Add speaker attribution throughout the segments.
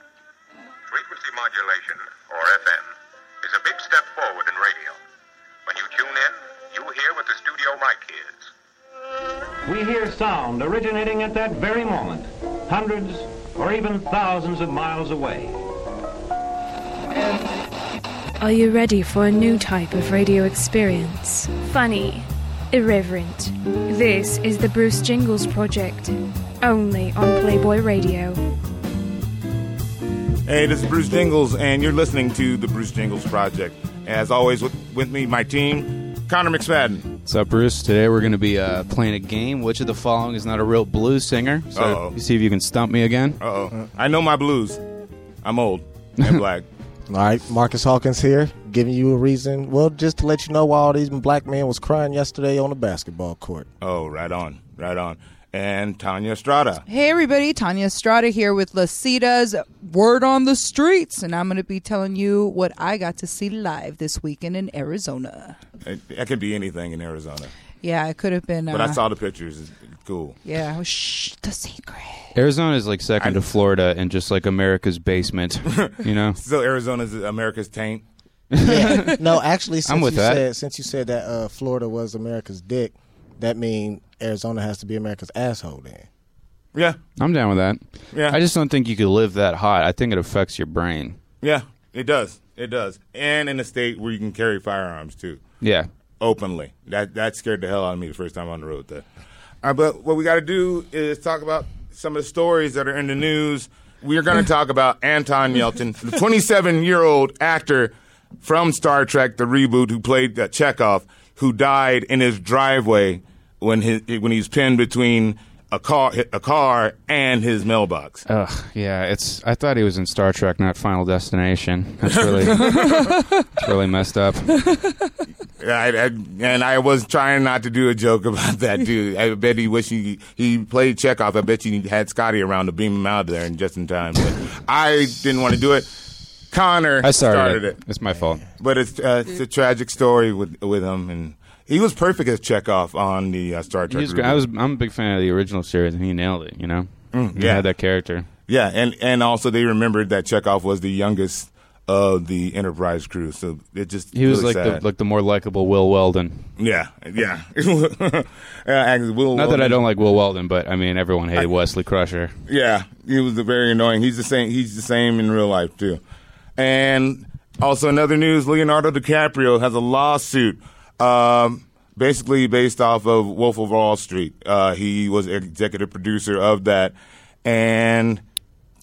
Speaker 1: Frequency modulation, or FM, is a big step forward in radio. When you tune in, you hear what the studio mic hears.
Speaker 2: We hear sound originating at that very moment, hundreds or even thousands of miles away.
Speaker 3: Are you ready for a new type of radio experience? Funny, irreverent. This is the Bruce Jingles Project, only on Playboy Radio.
Speaker 4: Hey, this is Bruce Jingles, and you're listening to the Bruce Jingles Project. As always, with, with me, my team, Connor McFadden.
Speaker 5: What's up, Bruce? Today we're going to be uh, playing a game. Which of the following is not a real blues singer? So
Speaker 4: Uh-oh.
Speaker 5: you see if you can stump me again.
Speaker 4: Uh oh, I know my blues. I'm old and black.
Speaker 6: All right, Marcus Hawkins here, giving you a reason. Well, just to let you know why all these black men was crying yesterday on the basketball court.
Speaker 4: Oh, right on, right on. And Tanya Estrada.
Speaker 7: Hey everybody, Tanya Estrada here with Lasita's Word on the Streets, and I'm going to be telling you what I got to see live this weekend in Arizona.
Speaker 4: It, that could be anything in Arizona,
Speaker 7: Yeah, it could have been.
Speaker 4: but
Speaker 7: uh,
Speaker 4: I saw the pictures. It's cool.
Speaker 7: Yeah, oh, shh, the secret.
Speaker 5: Arizona is like second to Florida and just like America's basement, you know?
Speaker 4: So Arizona's America's taint.
Speaker 6: Yeah. no, actually, since
Speaker 5: I'm with
Speaker 6: you
Speaker 5: that.
Speaker 6: said since you said that uh, Florida was America's dick, that means Arizona has to be America's asshole. Then
Speaker 4: Yeah,
Speaker 5: I'm down with that.
Speaker 4: Yeah.
Speaker 5: I just don't think you could live that hot. I think it affects your brain.
Speaker 4: yeah, it does, it does. And in a state where you can carry firearms too.
Speaker 5: Yeah.
Speaker 4: openly. That that scared the hell out of me the first time on the road. There, All right, but what we got to do is talk about some of the stories that are in the news. We are going to talk about Anton Yelchin, the 27-year-old actor from Star Trek: The Reboot, who played uh, Chekhov, who died in his driveway when his when he was pinned between a car a car and his mailbox.
Speaker 5: Ugh, yeah, it's. I thought he was in Star Trek, not Final Destination. That's really, that's really messed up.
Speaker 4: I, I, and I was trying not to do a joke about that dude. I bet he wish he he played Chekhov. I bet you had Scotty around to beam him out of there in just in time. But I didn't want to do it. Connor
Speaker 5: I started,
Speaker 4: it.
Speaker 5: it. It's my fault.
Speaker 4: but it's uh, it's a tragic story with with him, and he was perfect as Chekhov on the uh, Star
Speaker 5: He
Speaker 4: Trek.
Speaker 5: was great. I
Speaker 4: reboot.
Speaker 5: was. I'm a big fan of the original series, and he nailed it. You know, he
Speaker 4: Mm, yeah.
Speaker 5: had that character.
Speaker 4: yeah, and and also they remembered that Chekhov was the youngest of the Enterprise crew, so it just
Speaker 5: He was
Speaker 4: really
Speaker 5: like
Speaker 4: sad.
Speaker 5: the like the more likable Will Weldon.
Speaker 4: yeah yeah. uh, actually, Will
Speaker 5: Not that I
Speaker 4: Wilson-
Speaker 5: don't like Will Weldon, but I mean everyone hated Wesley Crusher.
Speaker 4: Yeah, he was very annoying. He's the same. He's the same in real life too. And also another news: Leonardo DiCaprio has a lawsuit, um, basically based off of Wolf of Wall Street. Uh, he was executive producer of that, and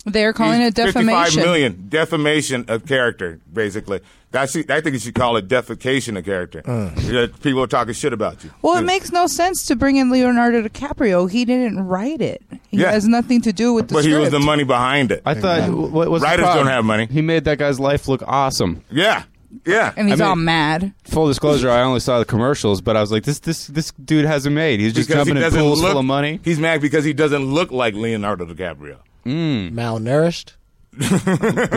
Speaker 7: They're calling
Speaker 4: he's
Speaker 7: it defamation.
Speaker 4: Fifty-five million defamation of character, basically. That's, I think you should call it defecation of character. Yeah, People are talking shit about you. Mm.
Speaker 7: Well, it makes no sense to bring in Leonardo DiCaprio. He didn't write it. He
Speaker 4: Yeah.
Speaker 7: has nothing to do with the
Speaker 4: but he was the
Speaker 7: script.
Speaker 4: money behind it.
Speaker 5: I thought what was the
Speaker 4: Writers don't
Speaker 5: problem?
Speaker 4: have money.
Speaker 5: He made that guy's life look awesome.
Speaker 4: yeah, yeah.
Speaker 7: and he's
Speaker 5: I mean-
Speaker 7: all mad.
Speaker 5: Full disclosure, I only saw the commercials, but I was like, this this this dude hasn't made. He's just
Speaker 4: Because he
Speaker 5: jumping in
Speaker 4: doesn't
Speaker 5: pools
Speaker 4: look-
Speaker 5: full of money.
Speaker 4: He's mad because he doesn't look like Leonardo DiCaprio.
Speaker 6: malnourished.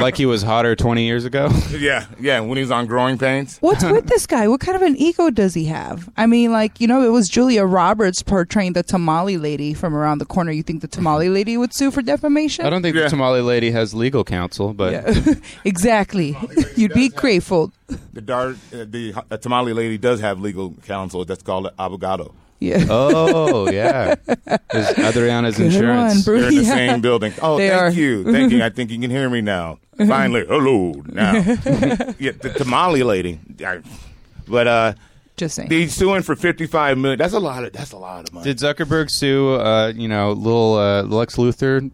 Speaker 5: like he was hotter 20 years ago.
Speaker 4: Yeah, yeah. When he's on growing pains.
Speaker 7: What's with this guy? What kind of an ego does he have? I mean, like, you know, it was Julia Roberts portraying the tamale lady from around the corner. You think the tamale lady would sue for defamation?
Speaker 5: I don't think
Speaker 4: Yeah.
Speaker 5: the Somali lady has legal counsel, but
Speaker 7: Yeah. exactly. You'd be grateful.
Speaker 4: The dar- uh, the uh, tamale lady does have legal counsel. That's called an abogado.
Speaker 7: Yeah.
Speaker 5: oh yeah, There's Adriana's
Speaker 7: Good one,
Speaker 5: insurance.
Speaker 7: Bruce.
Speaker 4: They're in the
Speaker 7: Yeah.
Speaker 4: same building. Oh,
Speaker 7: They
Speaker 4: thank
Speaker 7: are.
Speaker 4: you, thank you. I think you can hear me now.
Speaker 5: Mm-hmm.
Speaker 4: Finally, hello now. yeah, the tamale lady. I- But uh,
Speaker 7: Just saying.
Speaker 4: he's suing for fifty-five million. That's a lot of. That's a lot of money.
Speaker 5: Did Zuckerberg sue, uh, you know, little uh, Lex Luthor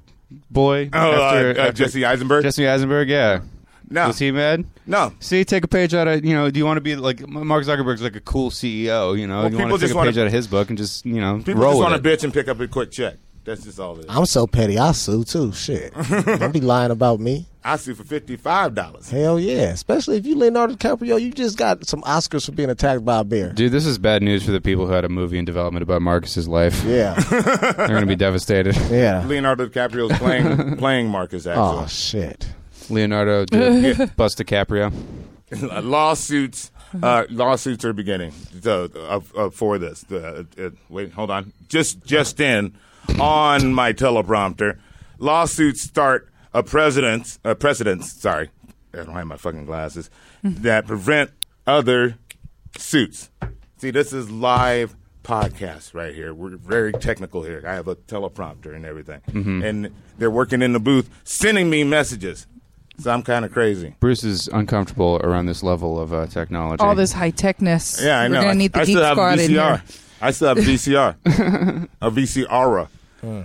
Speaker 5: boy
Speaker 4: oh, uh, uh, Jesse Eisenberg.
Speaker 5: Jesse Eisenberg? Yeah,
Speaker 4: no,
Speaker 5: was he mad?
Speaker 4: no.
Speaker 5: See, take a page out of you know. Do you want to be like Mark Zuckerberg's like a cool CEO? You know,
Speaker 4: Well,
Speaker 5: you
Speaker 4: people
Speaker 5: want to take
Speaker 4: just
Speaker 5: a
Speaker 4: wanna-
Speaker 5: page out of his book and just you know
Speaker 4: People
Speaker 5: roll
Speaker 4: just
Speaker 5: with
Speaker 4: want
Speaker 5: it.
Speaker 4: to bitch and pick up a quick check. That's just all it is.
Speaker 6: I'm so petty. I sue too. Shit, don't be lying about me.
Speaker 4: I sue for fifty-five dollars.
Speaker 6: Hell yeah, especially if you Leonardo DiCaprio. You just got some Oscars for being attacked by a bear.
Speaker 5: Dude, this is bad news for the people who had a movie in development about Marcus's life.
Speaker 6: Yeah,
Speaker 5: They're going to be devastated.
Speaker 6: yeah.
Speaker 4: Leonardo DiCaprio's playing playing Marcus
Speaker 6: Oh
Speaker 4: actually.
Speaker 6: shit.
Speaker 5: Leonardo, did, Bus DiCaprio.
Speaker 4: Lawsuits Uh, lawsuits are beginning so, uh, uh, for this. The- uh, wait, hold on. Just just in on my teleprompter, lawsuits start a president's a precedence. Sorry, I don't have my fucking glasses that prevent other suits. See, this is live podcast right here. We're very technical here. I have a teleprompter and everything, and they're working in the booth, sending me messages. So I'm kind of crazy.
Speaker 5: Bruce is uncomfortable around this level of uh, technology.
Speaker 7: All this high techness.
Speaker 4: Yeah, I know.
Speaker 7: We're gonna need the
Speaker 4: I,
Speaker 7: geek
Speaker 4: still have
Speaker 7: squad in here.
Speaker 4: VCR. I still have VCR, a VCR.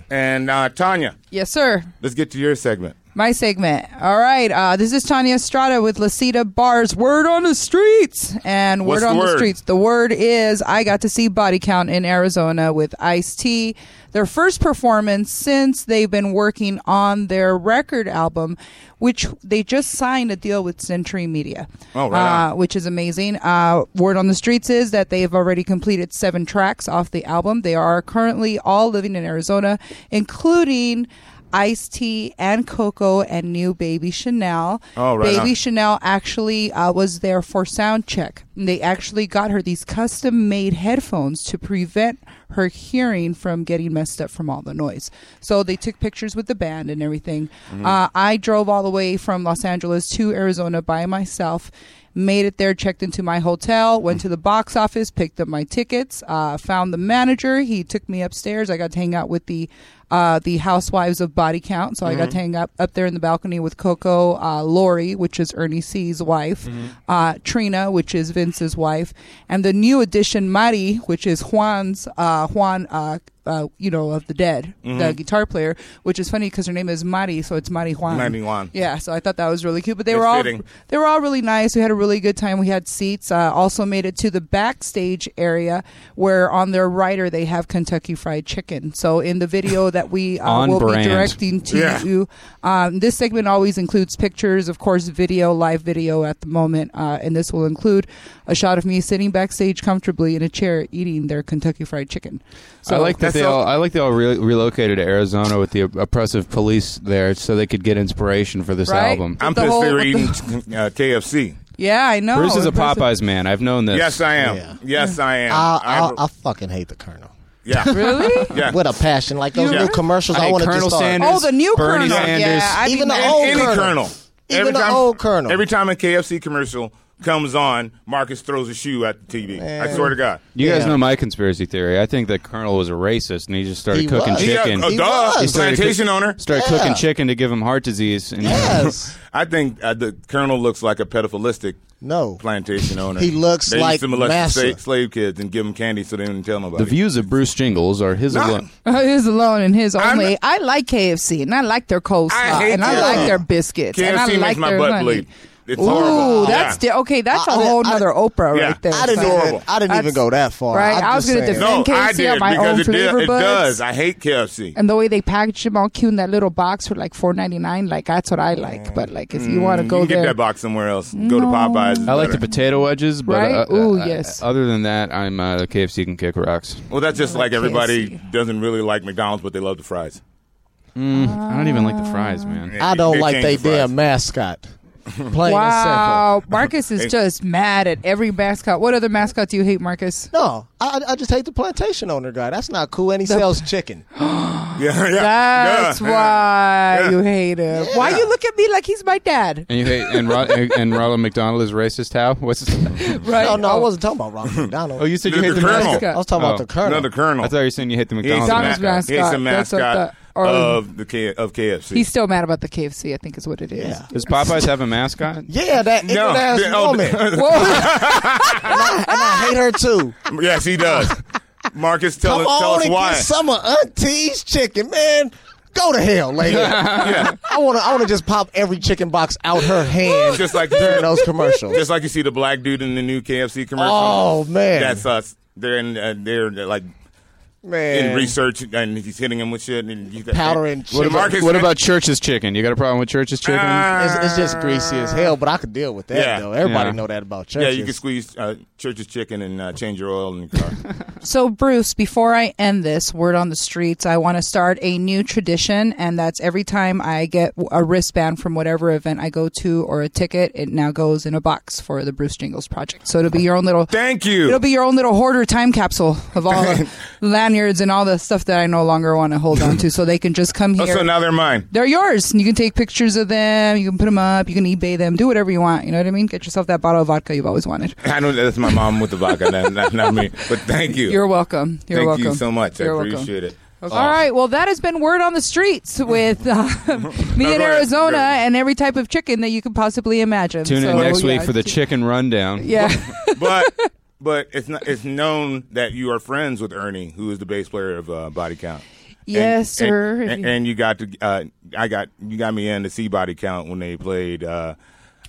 Speaker 4: And uh, Tanya,
Speaker 7: Yes, sir.
Speaker 4: let's get to your segment.
Speaker 7: My segment. All right. Uh, this is Tanya Estrada with Lasita Bars. Word on the streets. And word
Speaker 4: What's the
Speaker 7: on
Speaker 4: word?
Speaker 7: the streets. The word is I got to see Body Count in Arizona with Ice T. Their first performance since they've been working on their record album, which they just signed a deal with Century Media.
Speaker 4: Oh, right
Speaker 7: Uh,
Speaker 4: on.
Speaker 7: which is amazing. Uh, word on the streets is that they have already completed seven tracks off the album. They are currently all living in Arizona, including Ice T and Coco and new Baby Chanel.
Speaker 4: Oh, right
Speaker 7: Baby
Speaker 4: on.
Speaker 7: Chanel actually uh, was there for sound check. And They actually got her these custom made headphones to prevent her hearing from getting messed up from all the noise. So they took pictures with the band and everything.
Speaker 4: Mm-hmm.
Speaker 7: Uh, I drove all the way from Los Angeles to Arizona by myself. Made it there, checked into my hotel, went to the box office, picked up my tickets, uh, found the manager. He took me upstairs. I got to hang out with the uh, the housewives of body count. So I
Speaker 4: Mm-hmm.
Speaker 7: got to hang up up there in the balcony with Coco, uh, Lori, which is Ernie C's wife,
Speaker 4: Mm-hmm.
Speaker 7: uh, Trina, which is Vince's wife, and the new addition Mari, which is Juan's uh, Juan. Uh, uh, you know of the dead,
Speaker 4: Mm-hmm.
Speaker 7: the guitar player, which is funny because her name is Mari, so it's Mari Juan.
Speaker 4: Mari Juan.
Speaker 7: Yeah, so I thought that was really cute. But they
Speaker 4: It's
Speaker 7: were all
Speaker 4: fitting.
Speaker 7: they were all really nice. We had a really good time. We had seats. Uh, also made it to the backstage area where on their rider they have Kentucky Fried Chicken. So in the video that we uh,
Speaker 5: On
Speaker 7: will
Speaker 5: brand.
Speaker 7: be directing to
Speaker 4: Yeah.
Speaker 7: you, um, this segment always includes pictures, of course, video, live video at the moment, uh, and this will include a shot of me sitting backstage comfortably in a chair eating their Kentucky Fried Chicken. So
Speaker 5: I like that
Speaker 4: that's
Speaker 5: they
Speaker 4: all-
Speaker 5: all. I like they all re- relocated to Arizona with the op- oppressive police there, so they could get inspiration for this
Speaker 7: Right.
Speaker 5: album.
Speaker 4: I'm
Speaker 7: The
Speaker 4: pissed
Speaker 7: whole-
Speaker 4: they were
Speaker 7: the-
Speaker 4: eating uh, KFC.
Speaker 7: Yeah, I know.
Speaker 5: Bruce is a
Speaker 7: Impressive.
Speaker 5: Popeyes man. I've known this.
Speaker 4: Yes, I am.
Speaker 6: Yeah.
Speaker 4: Yes, I am.
Speaker 6: I,
Speaker 4: I'm-
Speaker 6: I, I fucking hate the Colonel
Speaker 4: yeah.
Speaker 7: Really?
Speaker 4: Yeah.
Speaker 6: with a passion. Like those
Speaker 4: Yeah.
Speaker 6: new commercials,
Speaker 5: I
Speaker 6: I,
Speaker 5: hate
Speaker 6: wanted
Speaker 5: Colonel
Speaker 6: to start.
Speaker 5: Sanders.
Speaker 7: Oh, the new
Speaker 5: Bernie
Speaker 7: Colonel.
Speaker 5: Sanders.
Speaker 7: Yeah, I'd be
Speaker 6: Even the
Speaker 7: mad.
Speaker 6: old
Speaker 4: Any
Speaker 6: Colonel.
Speaker 4: colonel.
Speaker 6: Even
Speaker 4: Every
Speaker 6: the
Speaker 4: time-
Speaker 6: old colonel.
Speaker 4: Every time a KFC commercial comes on, Marcus throws a shoe at the TV. I swear to God.
Speaker 5: You guys
Speaker 6: Yeah.
Speaker 5: know my conspiracy theory. I think that Colonel was a racist and he just started
Speaker 6: He
Speaker 5: cooking
Speaker 6: was.
Speaker 4: He got-
Speaker 5: chicken.
Speaker 4: oh,
Speaker 6: He
Speaker 4: duh,
Speaker 6: was.
Speaker 5: started
Speaker 4: plantation
Speaker 5: cook-
Speaker 4: owner.
Speaker 5: Started
Speaker 6: Yeah.
Speaker 5: cooking chicken to give him heart disease. And
Speaker 6: Yes.
Speaker 4: I think uh, the colonel looks like a pedophilistic
Speaker 6: No.
Speaker 4: plantation owner.
Speaker 6: He looks
Speaker 4: they
Speaker 6: like
Speaker 4: used to molest the
Speaker 6: Massa.
Speaker 4: sa- slave kids and give them candy so they didn't tell nobody.
Speaker 5: the views of Bruce Jingles are his
Speaker 4: Nah.
Speaker 5: alone.
Speaker 7: his alone and his
Speaker 4: I'm-
Speaker 7: only. i like KFC and I like their coleslaw
Speaker 4: I hate
Speaker 7: and I
Speaker 4: KFC.
Speaker 7: like their biscuits and I
Speaker 4: KFC
Speaker 7: like
Speaker 4: makes my
Speaker 7: their
Speaker 4: butt
Speaker 7: honey.
Speaker 4: bleed. It's
Speaker 7: Ooh,
Speaker 4: horrible.
Speaker 7: that's
Speaker 4: Yeah.
Speaker 7: di- okay. That's a
Speaker 6: I- I
Speaker 7: whole
Speaker 6: didn't-
Speaker 7: nother Oprah
Speaker 4: Yeah.
Speaker 7: right there.
Speaker 6: I didn't.
Speaker 7: son.
Speaker 6: Even, I didn't even
Speaker 7: That's-
Speaker 6: go that far.
Speaker 7: right,
Speaker 6: I'm
Speaker 7: I was
Speaker 6: just
Speaker 7: gonna
Speaker 6: saying.
Speaker 7: defend-
Speaker 4: no,
Speaker 7: KFC
Speaker 4: I
Speaker 7: on
Speaker 4: did
Speaker 7: my
Speaker 4: because
Speaker 7: own
Speaker 4: it, did,
Speaker 7: flavor
Speaker 4: it
Speaker 7: buds.
Speaker 4: does. I hate KFC.
Speaker 7: And the way they package them all cute in that little box for like four ninety nine, like that's what I like. But like if you want to
Speaker 4: Mm, you
Speaker 7: go
Speaker 4: can
Speaker 7: there,
Speaker 4: get that box somewhere else. Go to Popeyes. is
Speaker 5: I like the
Speaker 4: better.
Speaker 5: potato wedges, but
Speaker 7: Right?
Speaker 5: uh, uh,
Speaker 7: Ooh,
Speaker 5: uh,
Speaker 7: yes.
Speaker 5: other than that, I'm uh, KFC can kick rocks.
Speaker 4: Well, that's just like
Speaker 7: like
Speaker 4: everybody
Speaker 7: KFC.
Speaker 4: doesn't really like McDonald's, but they love the fries.
Speaker 5: I don't even like the fries, man.
Speaker 6: I don't like they
Speaker 4: change the fries.
Speaker 6: damn mascot. Plain and simple.
Speaker 7: wow, Marcus is just mad at every mascot. What other mascot do you hate, Marcus?
Speaker 6: No, I, I just hate the plantation owner guy. That's not cool. And he sells chicken.
Speaker 4: Yeah, yeah.
Speaker 7: That's
Speaker 4: yeah.
Speaker 7: why
Speaker 4: Yeah.
Speaker 7: you hate him. Why you look at me like he's my dad?
Speaker 5: And you hate and, Ro- and, and Ronald McDonald is racist. How? What's?
Speaker 7: Right?
Speaker 6: No, no, I
Speaker 7: Oh.
Speaker 6: wasn't talking about Ronald McDonald.
Speaker 5: Oh, you said you
Speaker 4: The-
Speaker 5: hate
Speaker 4: the
Speaker 5: the
Speaker 4: Colonel.
Speaker 5: mascot.
Speaker 6: I was talking
Speaker 5: Oh.
Speaker 6: about the colonel.
Speaker 4: No, the Colonel.
Speaker 5: I thought you were saying you hate the
Speaker 4: He's
Speaker 5: McDonald's.
Speaker 4: a
Speaker 7: McDonald's
Speaker 5: mascot.
Speaker 7: mascot.
Speaker 4: He's a
Speaker 7: That's what
Speaker 4: mascot
Speaker 7: the- or-
Speaker 4: of the K- of KFC.
Speaker 7: He's still mad about the KFC, I think is what it is.
Speaker 6: Yeah.
Speaker 5: Does Popeyes have a mascot?
Speaker 6: Yeah, that ignorant ass
Speaker 4: the- oh,
Speaker 6: woman. and
Speaker 7: Whoa.
Speaker 6: I hate her too.
Speaker 4: yes, he does. Marcus, tell,
Speaker 6: Come
Speaker 4: us, tell
Speaker 6: on
Speaker 4: us
Speaker 6: and
Speaker 4: why.
Speaker 6: get some of Auntie's chicken, man. Go to hell, lady. I wanna, I wanna just pop every chicken box out her hand
Speaker 4: Just like-
Speaker 6: during those commercials.
Speaker 4: Just like you see the black dude in the new KFC commercial.
Speaker 6: oh man,
Speaker 4: That's us. They're in. Uh, they're uh, like
Speaker 6: Man.
Speaker 4: in research, and if he's hitting him with shit, and you
Speaker 6: Powder and
Speaker 5: What
Speaker 6: shit.
Speaker 5: about,
Speaker 4: Marcus
Speaker 5: what
Speaker 4: Smith-
Speaker 5: about Church's chicken? You got a problem with Church's chicken?
Speaker 4: Ah,
Speaker 6: It's, it's just greasy as hell, but I could deal with that
Speaker 4: Yeah.
Speaker 6: though. Everybody
Speaker 5: Yeah.
Speaker 6: know that about
Speaker 4: yeah,
Speaker 6: churches.
Speaker 4: you can squeeze uh, Church's chicken and uh, change your oil in your car.
Speaker 7: So, Bruce, before I end this word on the streets, I want to start a new tradition, and that's every time I get a wristband from whatever event I go to or a ticket, it now goes in a box for the Bruce Jingles Project. So it'll be your own little.
Speaker 4: Thank you.
Speaker 7: It'll be your own little hoarder time capsule of all the lanyards and all the stuff that I no longer want to hold on to, so they can just come
Speaker 4: oh,
Speaker 7: here.
Speaker 4: so now they're mine.
Speaker 7: they're yours. You can take pictures of them. You can put them up. You can eBay them. Do whatever you want. You know what I mean? Get yourself that bottle of vodka you've always wanted.
Speaker 4: I know that's my mom with the vodka, not, not, not me. But thank you.
Speaker 7: You're welcome. You're
Speaker 4: thank
Speaker 7: welcome.
Speaker 4: you so much. I
Speaker 7: You're welcome.
Speaker 4: appreciate it.
Speaker 7: All right. Well, that has been word on the streets with uh, me
Speaker 4: ahead.
Speaker 7: in Arizona
Speaker 4: Go ahead.
Speaker 7: and every type of chicken that you could possibly imagine.
Speaker 5: Tune in
Speaker 7: So,
Speaker 5: next week
Speaker 7: yeah,
Speaker 5: for the
Speaker 7: t-
Speaker 5: chicken rundown.
Speaker 7: Yeah.
Speaker 4: Uh, But but it's not, it's known that you are friends with Ernie, who is the bass player of uh, Body Count.
Speaker 7: yes,
Speaker 4: and, And,
Speaker 7: sir. If
Speaker 4: and,
Speaker 7: you-
Speaker 4: you got to uh, I got you got me in to see Body Count when they played uh,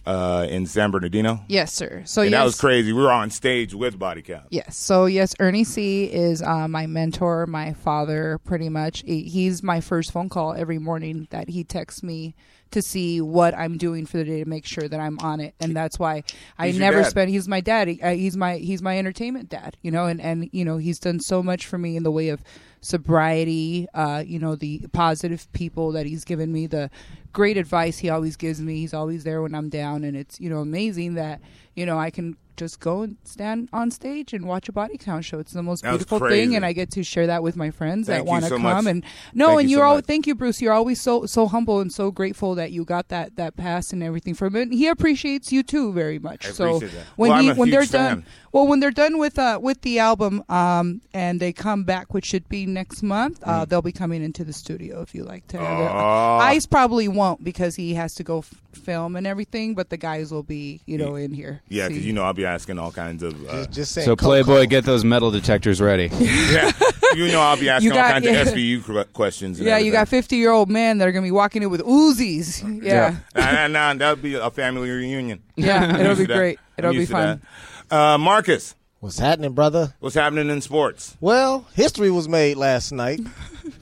Speaker 4: uh, in San Bernardino.
Speaker 7: yes, sir. So
Speaker 4: And
Speaker 7: Oh, yes,
Speaker 4: that was crazy. We were on stage with Body Count.
Speaker 7: Yes. So yes, Ernie C is uh, my mentor, my father, pretty much. He- He's my first phone call every morning that he texts me to see what I'm doing for the day to make sure that I'm on it, and that's why I
Speaker 4: He's your
Speaker 7: never
Speaker 4: dad.
Speaker 7: spend. He's my dad. He- uh, He's my he's my entertainment dad. You know, and and you know he's done so much for me in the way of sobriety. Uh, you know, the positive people that he's given me, the great advice he always gives me. He's always there when I'm down, and it's you know amazing that you know I can just go and stand on stage and watch a body count show. It's the most
Speaker 4: That was
Speaker 7: beautiful
Speaker 4: crazy.
Speaker 7: thing, and I get to share that with my friends
Speaker 4: Thank
Speaker 7: that
Speaker 4: you
Speaker 7: want to
Speaker 4: so
Speaker 7: come.
Speaker 4: much.
Speaker 7: And no,
Speaker 4: Thank
Speaker 7: and
Speaker 4: you so
Speaker 7: you're all
Speaker 4: much.
Speaker 7: thank you, Bruce. You're always so so humble and so grateful that you got that that pass and everything from it. And he appreciates you too very much.
Speaker 4: I
Speaker 7: so
Speaker 4: appreciate that.
Speaker 7: when
Speaker 4: Well,
Speaker 7: he
Speaker 4: I'm a
Speaker 7: when they're
Speaker 4: huge fan.
Speaker 7: done, well, when they're done with uh with the album, um, and they come back, which should be next month,
Speaker 4: Mm-hmm.
Speaker 7: uh, they'll be coming into the studio if you like to. have it.
Speaker 4: Oh.
Speaker 7: Ice probably won't because he has to go f- film and everything, but the guys will be you know in here.
Speaker 4: Yeah,
Speaker 7: See?
Speaker 4: because you know I'll be asking all kinds of uh,
Speaker 6: Just- just saying.
Speaker 5: So
Speaker 6: Coco.
Speaker 5: Playboy, get those metal detectors ready.
Speaker 4: yeah, you know I'll be asking all
Speaker 7: got-
Speaker 4: kinds
Speaker 7: yeah.
Speaker 4: of SBU cr- questions. And
Speaker 7: Yeah, you got
Speaker 4: everything.
Speaker 7: 50 year old men that are going to be walking in with Uzis. Yeah.
Speaker 4: Nah, nah, nah, that'll be a family reunion.
Speaker 7: Yeah,
Speaker 4: I'm
Speaker 7: it'll
Speaker 4: used
Speaker 7: be
Speaker 4: to that.
Speaker 7: great. It'll
Speaker 4: I'm
Speaker 7: be
Speaker 4: used to
Speaker 7: fun.
Speaker 4: that. Uh, Marcus,
Speaker 6: What's happening, brother?
Speaker 4: what's happening in sports?
Speaker 6: Well, history was made last night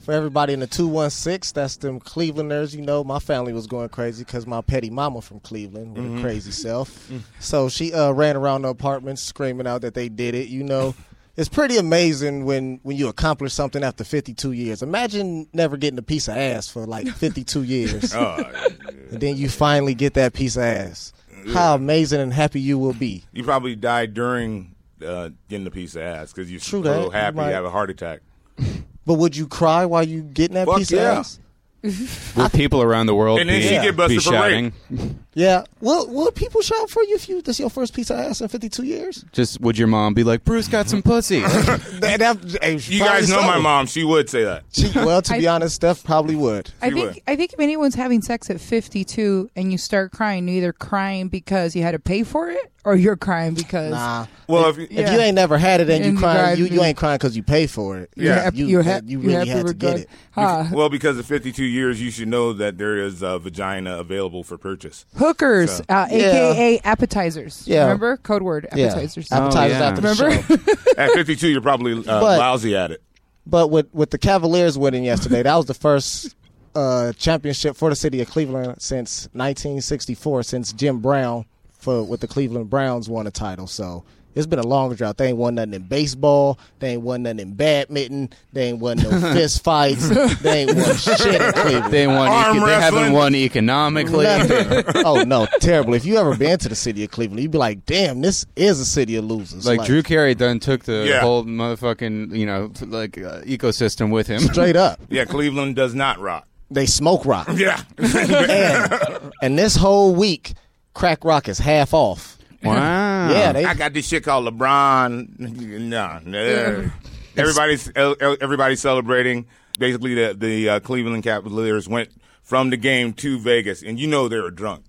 Speaker 6: for everybody in the 216. That's them Clevelanders. You know, my family was going crazy because my petty mama from Cleveland with
Speaker 4: Mm-hmm.
Speaker 6: a crazy self.
Speaker 4: Mm.
Speaker 6: So she uh, ran around the apartment screaming out that they did it. You know, it's pretty amazing when, when you accomplish something after 52 years. Imagine never getting a piece of ass for like 52 years.
Speaker 4: Uh,
Speaker 6: and then you finally get that piece of ass. How amazing and happy you will be.
Speaker 4: you probably died during uh, getting a piece of ass because you're
Speaker 6: True that.
Speaker 4: so
Speaker 6: You
Speaker 4: happy you
Speaker 6: might-
Speaker 4: have a heart attack.
Speaker 6: But would you cry while you getting that
Speaker 4: Fuck
Speaker 6: piece
Speaker 4: yeah.
Speaker 6: of ass?
Speaker 5: Will people around the world
Speaker 4: And then
Speaker 5: be,
Speaker 4: she get busted
Speaker 5: be
Speaker 4: for rape.
Speaker 5: shouting?
Speaker 6: Yeah. Will will people shout for you if you this your first piece of ass in fifty two years?
Speaker 5: Just would your mom be like, Bruce got some pussy?
Speaker 6: That- that- hey,
Speaker 4: You
Speaker 6: probably
Speaker 4: guys know
Speaker 6: so.
Speaker 4: my mom; she would say that.
Speaker 6: She- well, to be
Speaker 7: I-
Speaker 6: honest, Steph probably would.
Speaker 7: I
Speaker 4: You
Speaker 7: think
Speaker 4: would.
Speaker 7: I think if anyone's having sex at 52 and you start crying, you're either crying because you had to pay for it or you're crying because
Speaker 6: Nah.
Speaker 4: Well, if,
Speaker 6: Uh, If you
Speaker 7: Yeah.
Speaker 6: ain't never had it and you
Speaker 7: And
Speaker 6: crying, you,
Speaker 7: drive-
Speaker 6: you ain't crying because you pay for it.
Speaker 7: you're hap-
Speaker 6: you,
Speaker 7: you're ha-
Speaker 6: you
Speaker 7: you're
Speaker 6: really
Speaker 7: happy
Speaker 6: had to get
Speaker 7: regard-
Speaker 6: it.
Speaker 7: Huh.
Speaker 4: well, because of 52 years, you should know that there is a vagina available for purchase.
Speaker 7: Hookers,
Speaker 4: So-
Speaker 7: uh,
Speaker 6: Yeah.
Speaker 7: aka appetizers.
Speaker 6: Yeah.
Speaker 7: Remember code word
Speaker 6: Yeah.
Speaker 7: appetizers.
Speaker 6: Appetizers
Speaker 5: yeah.
Speaker 6: after the
Speaker 7: Remember?
Speaker 6: show.
Speaker 4: At 52, you're probably uh,
Speaker 6: But-
Speaker 4: lousy at it.
Speaker 6: But with with the Cavaliers winning yesterday, that was the first uh, championship for the city of Cleveland since 1964, since Jim Brown for with the Cleveland Browns won a title. So it's been a long drought. They ain't won nothing in baseball. They ain't won nothing in badminton. They ain't won no fist fights. They ain't won shit in Cleveland.
Speaker 5: they, won
Speaker 4: Arm
Speaker 5: eco- they haven't
Speaker 4: wrestling.
Speaker 5: won economically.
Speaker 6: Nothing. Oh no, terrible! If you ever been to the city of Cleveland, you'd be like, "Damn, this is a city of losers."
Speaker 5: Like Drew Carey done took the
Speaker 4: Yeah.
Speaker 5: whole motherfucking you know t- like uh, ecosystem with him.
Speaker 6: straight up,
Speaker 4: Yeah, Cleveland does not rock.
Speaker 6: they smoke rock.
Speaker 4: Yeah,
Speaker 6: and, and this whole week, Crack Rock is half off.
Speaker 5: Wow.
Speaker 6: Yeah, they,
Speaker 4: Uh-huh. I got this shit called LeBron. Nah, nah. everybody's el- el- everybody's celebrating. Basically, the the uh, Cleveland Cavaliers went from the game to Vegas, and you know they were drunk.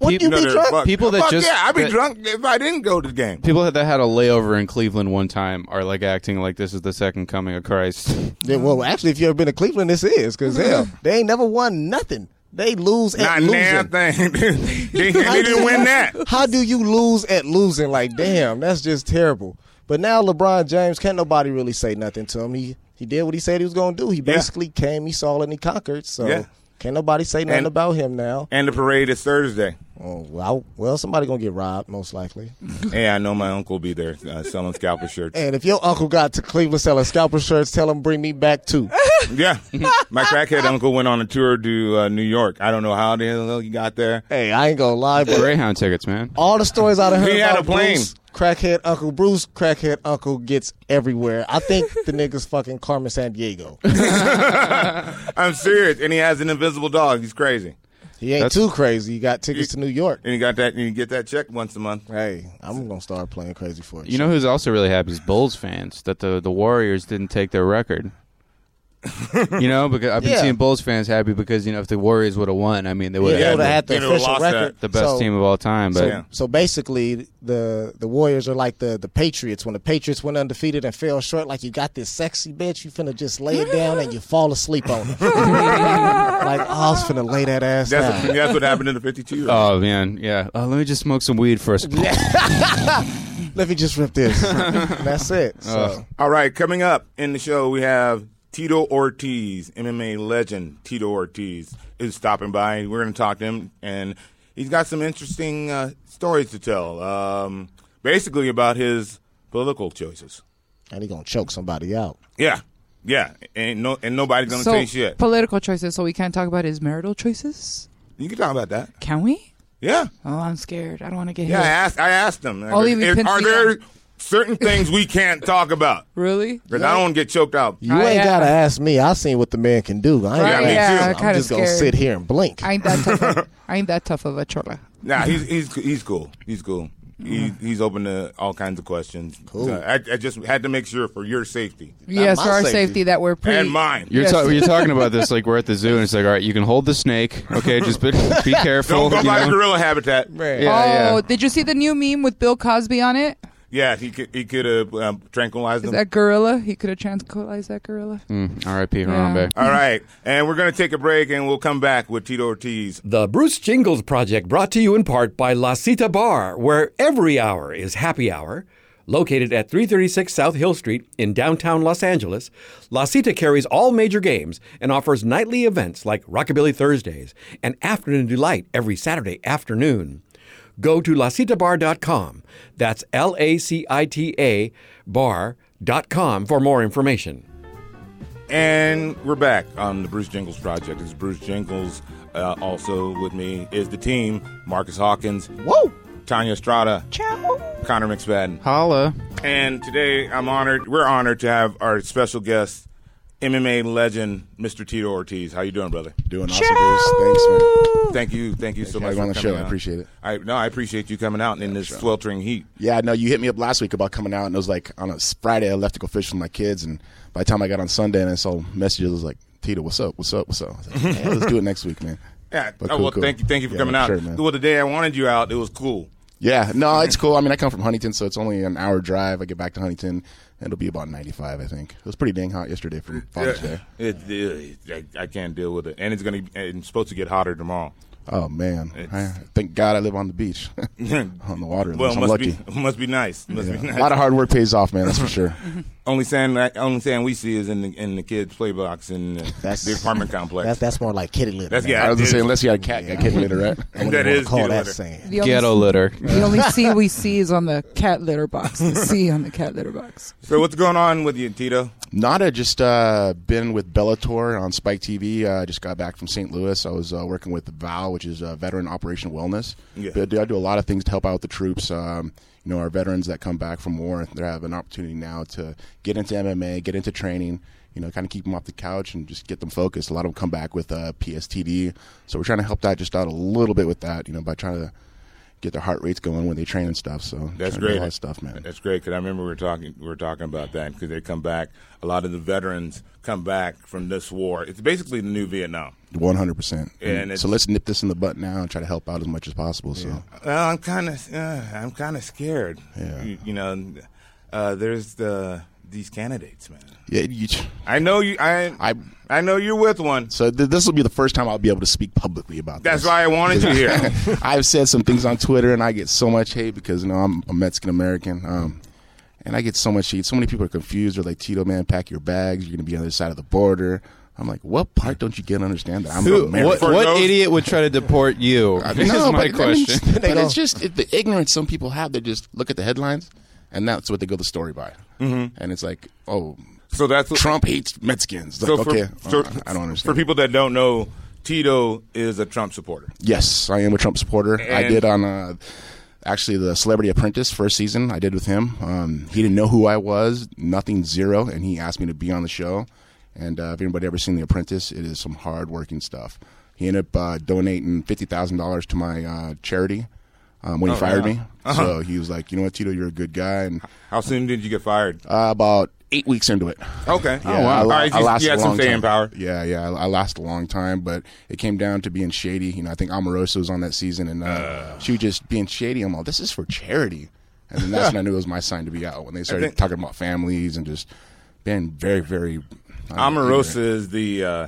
Speaker 6: Wouldn't you
Speaker 4: know
Speaker 6: be
Speaker 4: they were
Speaker 6: drunk?
Speaker 4: fucked.
Speaker 5: People that
Speaker 4: Fuck
Speaker 5: just-
Speaker 4: yeah, I'd be
Speaker 5: that-
Speaker 4: drunk if I didn't go to the game.
Speaker 5: People that had a layover in Cleveland one time are like acting like this is the second coming of Christ.
Speaker 6: Yeah, well, actually, if you ever been to Cleveland, this is because hell, they ain't never won nothing. They lose at
Speaker 4: Mm-hmm. Not
Speaker 6: losing.
Speaker 4: damn thing. they, they didn't win that.
Speaker 6: How do you lose at losing? Like, damn, that's just terrible. But now LeBron James can't nobody really say nothing to him. He he did what he said he was going to do. He basically came, he saw, and he conquered. So
Speaker 4: Yeah.
Speaker 6: can't nobody say nothing
Speaker 4: And-
Speaker 6: about him now.
Speaker 4: And the parade is Thursday.
Speaker 6: Oh, well, well, somebody gonna get robbed most likely.
Speaker 4: Hey, I know my uncle will be there uh, selling scalper shirts.
Speaker 6: And if your uncle got to Cleveland selling scalper shirts, tell him bring me back too.
Speaker 4: Yeah, my crackhead uncle went on a tour to uh, New York. I don't know how the hell he got there.
Speaker 6: hey, I ain't gonna lie, but
Speaker 5: Greyhound tickets, man.
Speaker 6: all the stories I done heard
Speaker 4: He had
Speaker 6: about
Speaker 4: a plane.
Speaker 6: Bruce, crackhead uncle Bruce, crackhead uncle gets everywhere. I think the nigga's fucking Carmen San Diego.
Speaker 4: I'm serious. And he has an invisible dog. He's crazy.
Speaker 6: He ain't
Speaker 5: That's-
Speaker 6: too crazy. He got tickets to New York.
Speaker 4: And he got that. And you get that check once a month.
Speaker 6: Hey, I'm gonna start playing crazy for it.
Speaker 5: You know who's also really happy is Bulls fans that the, the Warriors didn't take their record. you know, because I've been
Speaker 6: Yeah.
Speaker 5: seeing Bulls fans happy because you know if the Warriors would have won, I mean they would
Speaker 6: they
Speaker 5: have
Speaker 6: would have
Speaker 5: had
Speaker 6: had the
Speaker 4: they would've
Speaker 6: official
Speaker 4: lost that.
Speaker 6: record.
Speaker 5: the best
Speaker 6: So-
Speaker 5: team of all time. But
Speaker 6: So,
Speaker 4: Yeah.
Speaker 6: so basically, the the Warriors are like the the Patriots. When the Patriots went undefeated and fell short, like you got this sexy bitch, you finna just lay it down and you fall asleep on it. like oh, I was finna lay that ass
Speaker 4: That's,
Speaker 6: down.
Speaker 4: that's what happened to the 52 year old.
Speaker 5: oh man, yeah. Oh, let me just smoke some weed first.
Speaker 6: Let me just rip this. that's
Speaker 8: Uh.
Speaker 6: it. So
Speaker 4: All right, coming up in the show, we have Tito Ortiz, MMA legend Tito Ortiz, is stopping by. We're going to talk to him, and he's got some interesting uh, stories to tell, um, basically about his political choices.
Speaker 6: and he gonna choke somebody out.
Speaker 4: Yeah, yeah, and no, and nobody's going to
Speaker 7: so
Speaker 4: say shit.
Speaker 7: political choices. So we can't talk about his marital choices.
Speaker 4: You can talk about that.
Speaker 7: Can we?
Speaker 4: Yeah,
Speaker 7: Oh, I'm scared. I don't want to get
Speaker 4: yeah. I
Speaker 7: hit.
Speaker 4: asked, I asked him. I
Speaker 7: Only
Speaker 4: said,
Speaker 7: we
Speaker 4: "Is-
Speaker 7: couldn't
Speaker 4: are
Speaker 7: see
Speaker 4: there
Speaker 7: that."
Speaker 4: certain things we can't talk about?
Speaker 7: Really?
Speaker 4: Because I don't wanna get choked out.
Speaker 6: You
Speaker 7: I
Speaker 6: ain't
Speaker 7: am.
Speaker 6: gotta ask me. I seen what the man can do. I ain't
Speaker 7: Right,
Speaker 6: gotta
Speaker 4: yeah,
Speaker 6: ask him.
Speaker 4: I'm
Speaker 6: I'm
Speaker 7: kinda
Speaker 6: just gonna
Speaker 7: scared.
Speaker 6: sit here and blink.
Speaker 7: I ain't that tough. Of, I ain't that tough of a chola.
Speaker 4: Nah, he's he's he's cool. He's cool. He,
Speaker 5: Mm-hmm.
Speaker 4: he's open to all kinds of questions. Cool. I, I just had to make sure for your safety
Speaker 7: Yes,
Speaker 6: my
Speaker 7: for our safety.
Speaker 6: safety.
Speaker 7: that we're pretty.
Speaker 4: and mine.
Speaker 5: You're,
Speaker 7: Yes.
Speaker 5: ta- you're talking about this like we're at the zoo, and it's like, all right, you can hold the snake, okay? Just be, be
Speaker 4: Don't
Speaker 5: careful.
Speaker 4: go
Speaker 5: you
Speaker 4: by
Speaker 5: know?
Speaker 4: gorilla habitat.
Speaker 5: Yeah,
Speaker 7: oh,
Speaker 5: yeah.
Speaker 7: did you see the new meme with Bill Cosby on it?
Speaker 4: Yeah, he could he could have um, tranquilized
Speaker 7: Is
Speaker 4: them.
Speaker 7: that gorilla? He could have tranquilized that gorilla.
Speaker 5: Mm, R.I.P. Harambe.
Speaker 4: all right, and we're gonna take a break, and we'll come back with Tito Ortiz.
Speaker 9: The Bruce Jingles Project brought to you in part by La Cita Bar, where every hour is happy hour. Located at 336 South Hill Street in downtown Los Angeles, La Cita carries all major games and offers nightly events like Rockabilly Thursdays and Afternoon Delight every Saturday afternoon. Go to lacitabar.com. That's L A C I T A bar.com for more information.
Speaker 4: And we're back on the Bruce Jingles Project. It's Bruce Jingles. Uh, also with me is the team Marcus Hawkins. Whoa! Tanya Estrada. Ciao. Connor McSpadden.
Speaker 5: Holla.
Speaker 4: And today I'm honored, we're honored to have our special guest, MMA legend, Mr. Tito Ortiz. How you doing, brother?
Speaker 8: Doing awesome, Bruce. Thanks, man.
Speaker 4: Thank you. Thank you so
Speaker 8: for having
Speaker 4: much for
Speaker 8: me on the
Speaker 4: coming
Speaker 8: show. I
Speaker 4: out.
Speaker 8: appreciate it.
Speaker 4: I, no, I appreciate you coming out in this sweltering heat.
Speaker 8: Yeah, no, you hit me up last week about coming out, and it was like on a s- Friday. I left to go fish with my kids, and by the time I got on Sunday and I saw messages, I was like, "Tito, what's up? What's up? What's up?" I was like, "Man, let's do it next week, man.
Speaker 4: Yeah.
Speaker 8: But
Speaker 4: oh,
Speaker 8: cool,
Speaker 4: well,
Speaker 8: cool.
Speaker 4: thank you. Thank you for
Speaker 8: Yeah,
Speaker 4: coming out.
Speaker 8: sure, man.
Speaker 4: Well, the day I wanted you out, it was cool.
Speaker 8: Yeah, no, it's cool. I mean, I come from Huntington, so it's only an hour drive. I get back to Huntington, and it'll be about 95, I think. It was pretty dang hot yesterday for Father's Day.
Speaker 4: It, it- I, I can't deal with it. And it's gonna. be- It's supposed to get hotter tomorrow.
Speaker 8: Oh man, I,
Speaker 4: It's-
Speaker 8: thank God I live on the beach, on the water. at
Speaker 4: Well,
Speaker 8: least.
Speaker 4: it
Speaker 8: I'm
Speaker 4: must
Speaker 8: lucky.
Speaker 4: be must be nice. Must be
Speaker 8: Yeah.
Speaker 4: nice.
Speaker 8: A lot of hard work pays off, man. That's for sure.
Speaker 4: only sand, only sand we see is in the in the kids' play box in the,
Speaker 6: That's-
Speaker 4: the apartment complex.
Speaker 6: That's that's more like kitty litter.
Speaker 4: That's-
Speaker 6: man.
Speaker 4: yeah,
Speaker 8: I was gonna say,
Speaker 4: it's-
Speaker 8: unless you got a cat, got kid later, right?
Speaker 6: I wouldn't
Speaker 4: that
Speaker 6: even
Speaker 4: is
Speaker 6: call
Speaker 4: kitty
Speaker 6: that
Speaker 4: litter.
Speaker 6: sand.
Speaker 7: The only-
Speaker 5: Ghetto litter.
Speaker 7: The only C we see is on the cat litter box. The C on the cat litter box.
Speaker 4: so what's going on with you, Tito?
Speaker 8: Nada just uh, been with Bellator on Spike TV. I uh, just got back from St. Louis. I was uh, working with Val, which is uh, Veteran Operation Wellness.
Speaker 4: Yeah.
Speaker 8: But I do, I do a lot of things to help out with the troops. Um, you know, our veterans that come back from war, they have an opportunity now to get into MMA, get into training. You know, kind of keep them off the couch and just get them focused. A lot of them come back with uh, PSTD, so we're trying to help that just out a little bit with that. You know, by trying to get their heart rates going when they train and stuff. So
Speaker 4: That's
Speaker 8: trying to do
Speaker 4: great.
Speaker 8: a lot of stuff, man.
Speaker 4: That's great because I remember we were talking we were talking about that because they come back. A lot of the veterans come back from this war. It's basically the new Vietnam.
Speaker 5: Mm-hmm.
Speaker 8: One hundred percent.
Speaker 4: And it's-
Speaker 8: So let's nip this in the butt now and try to help out as much as possible. So
Speaker 4: Well, I'm kind of uh, I'm kind of scared.
Speaker 8: Yeah.
Speaker 4: You, you know, uh, there's the these candidates, man.
Speaker 8: yeah, you,
Speaker 4: I know you. I I,
Speaker 8: I-
Speaker 4: know you're with one.
Speaker 8: so th- this will be the first time I'll be able to speak publicly about.
Speaker 4: That's
Speaker 8: this.
Speaker 4: why I wanted you here.
Speaker 8: I've said some things on Twitter and I get so much hate because you know I'm a Mexican American. Um,
Speaker 5: And I get so much heat. So many people are confused. They're like, Tito, man, pack your bags. You're going to be on the other side of the border. I'm like, what part don't you get to understand that I'm
Speaker 10: Who,
Speaker 5: American?
Speaker 10: what what idiot would try to deport you? This is my
Speaker 5: I mean,
Speaker 10: question.
Speaker 5: but it's just it, the ignorance some people have. They just look at the headlines, and that's what they go the story by. Mm-hmm. And it's like, oh,
Speaker 4: So that's what,
Speaker 5: Trump hates Mexicans. Like,
Speaker 4: So for,
Speaker 5: okay,
Speaker 4: so
Speaker 5: uh, I don't understand.
Speaker 4: For people that don't know, Tito is a Trump supporter.
Speaker 5: yes, I am a Trump supporter. I
Speaker 4: And-
Speaker 5: did on uh, actually the Celebrity Apprentice first season. I did with him. Um, he didn't know who I was, nothing zero, and he asked me to be on the show. And uh, if anybody ever seen The Apprentice, it is some hard working stuff. He ended up uh, donating fifty thousand dollars to my uh, charity um, when he fired me. So he was like, "You know what, Tito, you're a good guy." And
Speaker 4: Uh-huh. How soon did you get fired?
Speaker 5: uh, about eight weeks into it,
Speaker 4: Okay. Oh,
Speaker 5: yeah, I,
Speaker 4: All right,
Speaker 5: I
Speaker 4: you,
Speaker 5: lasted
Speaker 4: you had
Speaker 5: a
Speaker 4: some
Speaker 5: long
Speaker 4: staying
Speaker 5: time.
Speaker 4: power.
Speaker 5: Yeah, yeah, I, I lasted a long time, but it came down to being shady. You know, I think Omarosa was on that season, and uh, she was just being shady. I'm all, this is for charity, and then that's when I knew it was my sign to be out. When they started
Speaker 4: think-
Speaker 5: talking about families and just being very, very. I don't know,
Speaker 4: Omarosa
Speaker 5: ignorant.
Speaker 4: is the uh,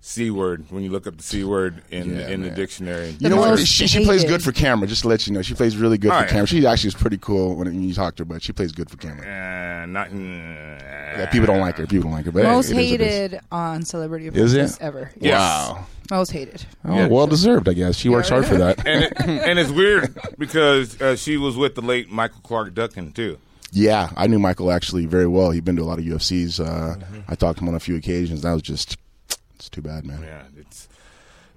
Speaker 4: c word. When you look up the c word in
Speaker 5: Yeah,
Speaker 4: in the
Speaker 5: man.
Speaker 4: dictionary,
Speaker 5: You know what?
Speaker 7: most
Speaker 5: She, she plays
Speaker 7: hated.
Speaker 5: good for camera. Just to let you know, she plays really good
Speaker 4: Oh,
Speaker 5: for
Speaker 4: yeah.
Speaker 5: camera. She actually is pretty cool when you talk to her, but she plays good for camera.
Speaker 4: Uh, not.
Speaker 5: Yeah, people don't like her. People don't like her. But hey,
Speaker 7: Most
Speaker 5: it is what it is.
Speaker 7: hated on Celebrity
Speaker 5: Is it?
Speaker 7: Apprentice ever.
Speaker 5: Wow.
Speaker 7: Most hated.
Speaker 5: Oh, well deserved, I guess. She works hard for that.
Speaker 4: and, it, and it's weird because uh, she was with the late Michael Clark Duncan too.
Speaker 5: Yeah, I knew Michael actually very well. He'd been to a lot of UFCs. Uh, I talked to him on a few occasions. That was just, it's too bad, man.
Speaker 4: Yeah, it's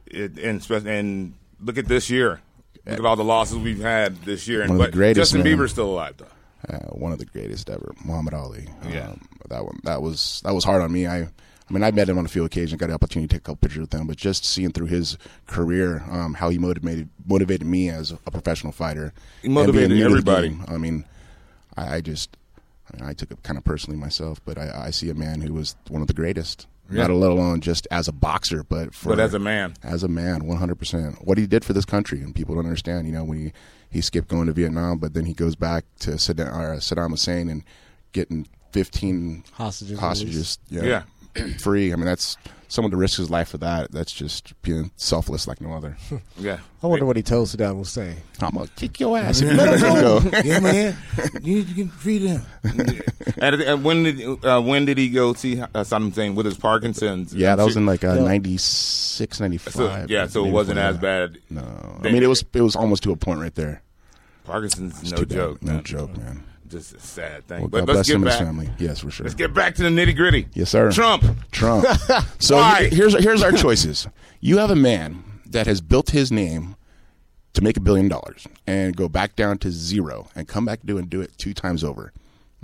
Speaker 4: it, and spe- and look at this year. Look at all the losses we've had this year. And
Speaker 5: One of the
Speaker 4: but
Speaker 5: greatest,
Speaker 4: Justin
Speaker 5: man.
Speaker 4: Bieber's still alive though.
Speaker 5: Uh, one of the greatest ever, Muhammad Ali. Um,
Speaker 4: Yeah.
Speaker 5: that one. That was that was hard on me. I, I mean, I met him on a few occasions. Got the opportunity to take a couple pictures with him, but just seeing through his career, um, how he motivated motivated me as a professional fighter.
Speaker 4: He motivated
Speaker 5: and being new to the
Speaker 4: everybody.
Speaker 5: game. I mean, I, I just, I, mean, I took it kind of personally myself, but I, I see a man who was one of the greatest.
Speaker 4: Yeah.
Speaker 5: Not let alone just as a boxer, but for
Speaker 4: But as a man.
Speaker 5: as a man, 100%. What he did for this country, and people don't understand. You know, when he, he skipped going to Vietnam, but then he goes back to Saddam, or Saddam Hussein and getting 15
Speaker 6: Hostages
Speaker 5: hostages you know,
Speaker 4: Yeah.
Speaker 5: free. I mean, that's someone to risk his life for that. That's just being selfless like no other.
Speaker 4: Yeah.
Speaker 6: I wonder what he told Saddam Hussein.
Speaker 5: I'm going to kick your ass if you let him go.
Speaker 4: yeah, man. You can feed him. and, and when did uh, when did he go see uh, Saddam Hussein with his Parkinson's?
Speaker 5: Yeah, that was in like uh,
Speaker 6: Yeah.
Speaker 5: 96, 95.
Speaker 4: So, yeah, so it
Speaker 5: maybe
Speaker 4: wasn't
Speaker 5: before
Speaker 4: as
Speaker 5: that.
Speaker 4: bad.
Speaker 5: No. I
Speaker 4: Then-
Speaker 5: mean, it was it was almost to a point right there.
Speaker 4: Parkinson's.
Speaker 5: It's
Speaker 4: No
Speaker 5: too bad.
Speaker 4: joke.
Speaker 5: No
Speaker 4: man.
Speaker 5: joke, man.
Speaker 4: Just a sad thing.
Speaker 5: Well,
Speaker 4: but
Speaker 5: God
Speaker 4: let's
Speaker 5: bless
Speaker 4: get
Speaker 5: him and his
Speaker 4: back.
Speaker 5: family. Yes, for sure.
Speaker 4: Let's get back to the nitty gritty.
Speaker 5: Yes, sir.
Speaker 4: Trump.
Speaker 5: Trump. So
Speaker 4: Why?
Speaker 5: he- here's here's our choices. You have a man that has built his name to make a billion dollars and go back down to zero and come back to and do it two times over.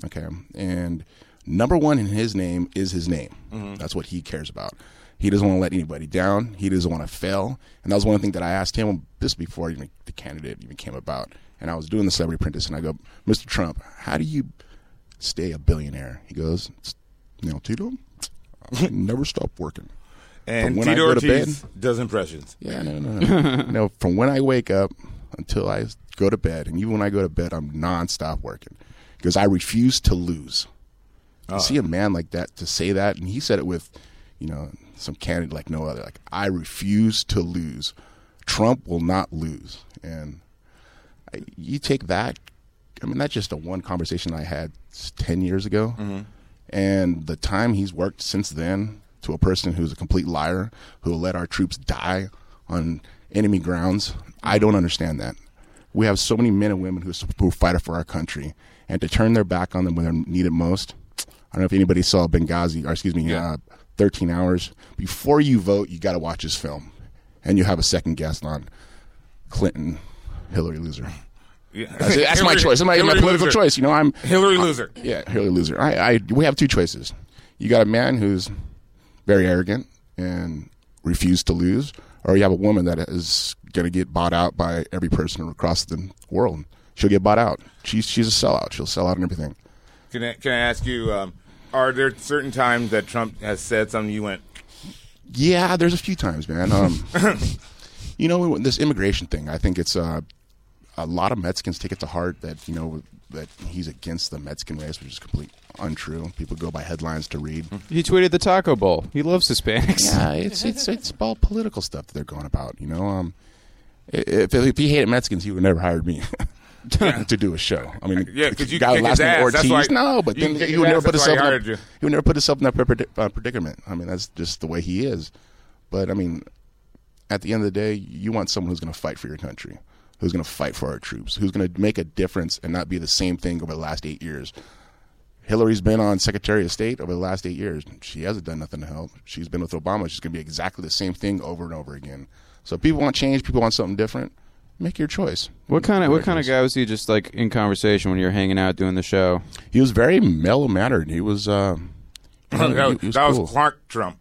Speaker 5: Okay. And number one in his name is his name. That's what he cares about. He doesn't want to let anybody down. He doesn't want to fail. And that was one thing that I asked him this before even the candidate even came about. And I was doing the Celebrity Apprentice, and I go, Mr. Trump, how do you stay a billionaire? He goes, you know, Tito, I never stop working.
Speaker 4: And
Speaker 5: From when I
Speaker 4: Tito
Speaker 5: go to
Speaker 4: Ortiz does impressions.
Speaker 5: Yeah, no, no, no. no, from when I wake up until I go to bed, and even when I go to bed, I'm nonstop working because I refuse to lose. To see a man like that to say that, and he said it with, you know, some candid like no other. Like I refuse to lose. Trump will not lose, and I, you take that. I mean, that's just a one conversation I had s- ten years ago, and the time he's worked since then to a person who's a complete liar who let our troops die on enemy grounds. I don't understand that. We have so many men and women who s- who fight for our country, and to turn their back on them when they're needed most. I don't know if anybody saw Benghazi, or excuse me, uh, 13 hours. Before you vote, you got to watch this film, and you have a second guest on Clinton, Hillary loser.
Speaker 4: Yeah.
Speaker 5: That's, it. That's my
Speaker 4: Hillary-
Speaker 5: choice. That's my, my
Speaker 4: Hillary
Speaker 5: political
Speaker 4: loser.
Speaker 5: choice. You know, I'm
Speaker 4: Hillary loser.
Speaker 5: yeah, Hillary loser. I, I we have two choices. You got a man who's very arrogant and refused to lose, or you have a woman that is going to get bought out by every person across the world. She'll get bought out. She's she's a sellout. She'll sell out and everything.
Speaker 4: Can I, can I ask you? Um, are there certain times that Trump has said something you went?
Speaker 5: Yeah, there's a few times, man. Um, you know, when- this immigration thing. I think it's uh, a lot of Mexicans take it to heart that you know that he's against the Mexican race, which is complete untrue. People go by headlines to read.
Speaker 11: He tweeted the Taco Bowl. He loves Hispanics.
Speaker 5: Yeah, it's it's it's all political stuff that they're going about. You know, um, i- if if he hated Mexicans, he would never hired me.
Speaker 6: to do a show. I mean,
Speaker 4: Yeah, 'cause you
Speaker 6: guy
Speaker 4: can kick his
Speaker 6: last name
Speaker 4: ass. That's
Speaker 6: Ortiz.
Speaker 4: why-
Speaker 6: no, but
Speaker 4: you
Speaker 6: then
Speaker 4: can kick
Speaker 6: he
Speaker 4: his
Speaker 6: would never
Speaker 4: ass.
Speaker 6: put
Speaker 4: That's
Speaker 6: himself.
Speaker 4: why I
Speaker 6: In
Speaker 4: hired
Speaker 6: a,
Speaker 4: you.
Speaker 6: He would never put himself in that predi- uh, predicament. I mean, that's just the way he is. But I mean, at the end of the day, you want someone who's going to fight for your country, who's going to fight for our troops, who's going to make a difference and not be the same thing over the last eight years. Hillary's been on Secretary of State over the last eight years. She hasn't done nothing to help. She's been with Obama. She's going to be exactly the same thing over and over again. So people want change. People want something different. Make your choice.
Speaker 5: What kind of what kind of
Speaker 6: Americans.
Speaker 5: guy was he? Just like in conversation when you were hanging out doing the show.
Speaker 6: He was very mellow mannered. He was. Um,
Speaker 4: that was, that was
Speaker 6: cool.
Speaker 4: Clark Trump.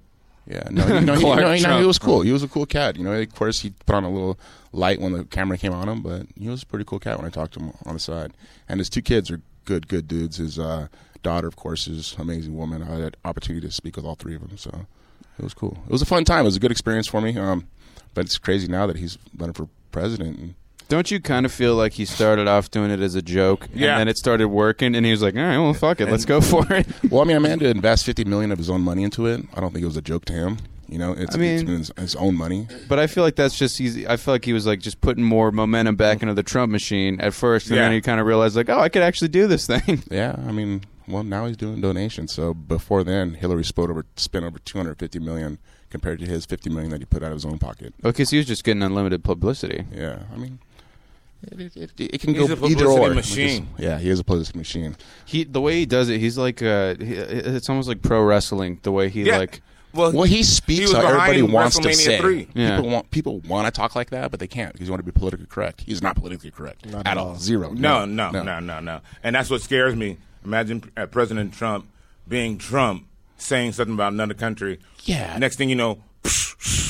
Speaker 6: Yeah, no, you know, he,
Speaker 5: Clark
Speaker 6: no, he- no, he
Speaker 5: Trump.
Speaker 6: was cool. He was a cool cat. You know, of course, he put on a little light when the camera came on him, but he was a pretty cool cat when I talked to him on the side. And his two kids are good, good dudes. His uh, daughter, of course, is an amazing woman. I had opportunity to speak with all three of them, so it was cool. It was a fun time. It was a good experience for me. Um, but it's crazy now that he's running for president. And,
Speaker 5: Don't you kind of feel like he started off doing it as a joke,
Speaker 4: Yeah.
Speaker 5: and then it started working, and he was like, "All right, well, fuck it, let's go for it."
Speaker 6: Well, I mean, a man to invest fifty million of his own money into it. I don't think it was a joke to him. You know, it's,
Speaker 5: I mean-
Speaker 6: it's been his, his own money.
Speaker 5: But I feel like that's just he's. I feel like he was like just putting more momentum back into the Trump machine at first, and
Speaker 4: Yeah.
Speaker 5: then he kind of realized like, "Oh, I could actually do this thing."
Speaker 6: Yeah, I mean, well, now he's doing donations. So before then, Hillary spent over spent over two hundred fifty million compared to his fifty million that he put out of his own pocket.
Speaker 5: Because he was just getting unlimited publicity.
Speaker 6: Yeah, I mean, it, it, it, it can
Speaker 4: He's
Speaker 6: go
Speaker 4: a publicity
Speaker 6: either or.
Speaker 4: machine.
Speaker 6: yeah, he is a publicity machine.
Speaker 5: He the way he does it, he's like uh, he, it's almost like pro wrestling. The way he
Speaker 4: Yeah.
Speaker 5: like
Speaker 6: Well, he speaks
Speaker 4: was
Speaker 6: how
Speaker 4: behind
Speaker 6: everybody wants to
Speaker 4: WrestleMania
Speaker 6: say.
Speaker 4: three.
Speaker 5: Yeah.
Speaker 6: People want people want to talk like that, but they can't because you want to be politically correct. He's not politically correct at, all. Zero.
Speaker 4: No, no, no, no, no, And that's what scares me. Imagine uh, President Trump being Trump, saying something about another country.
Speaker 6: Yeah.
Speaker 4: Next thing you know,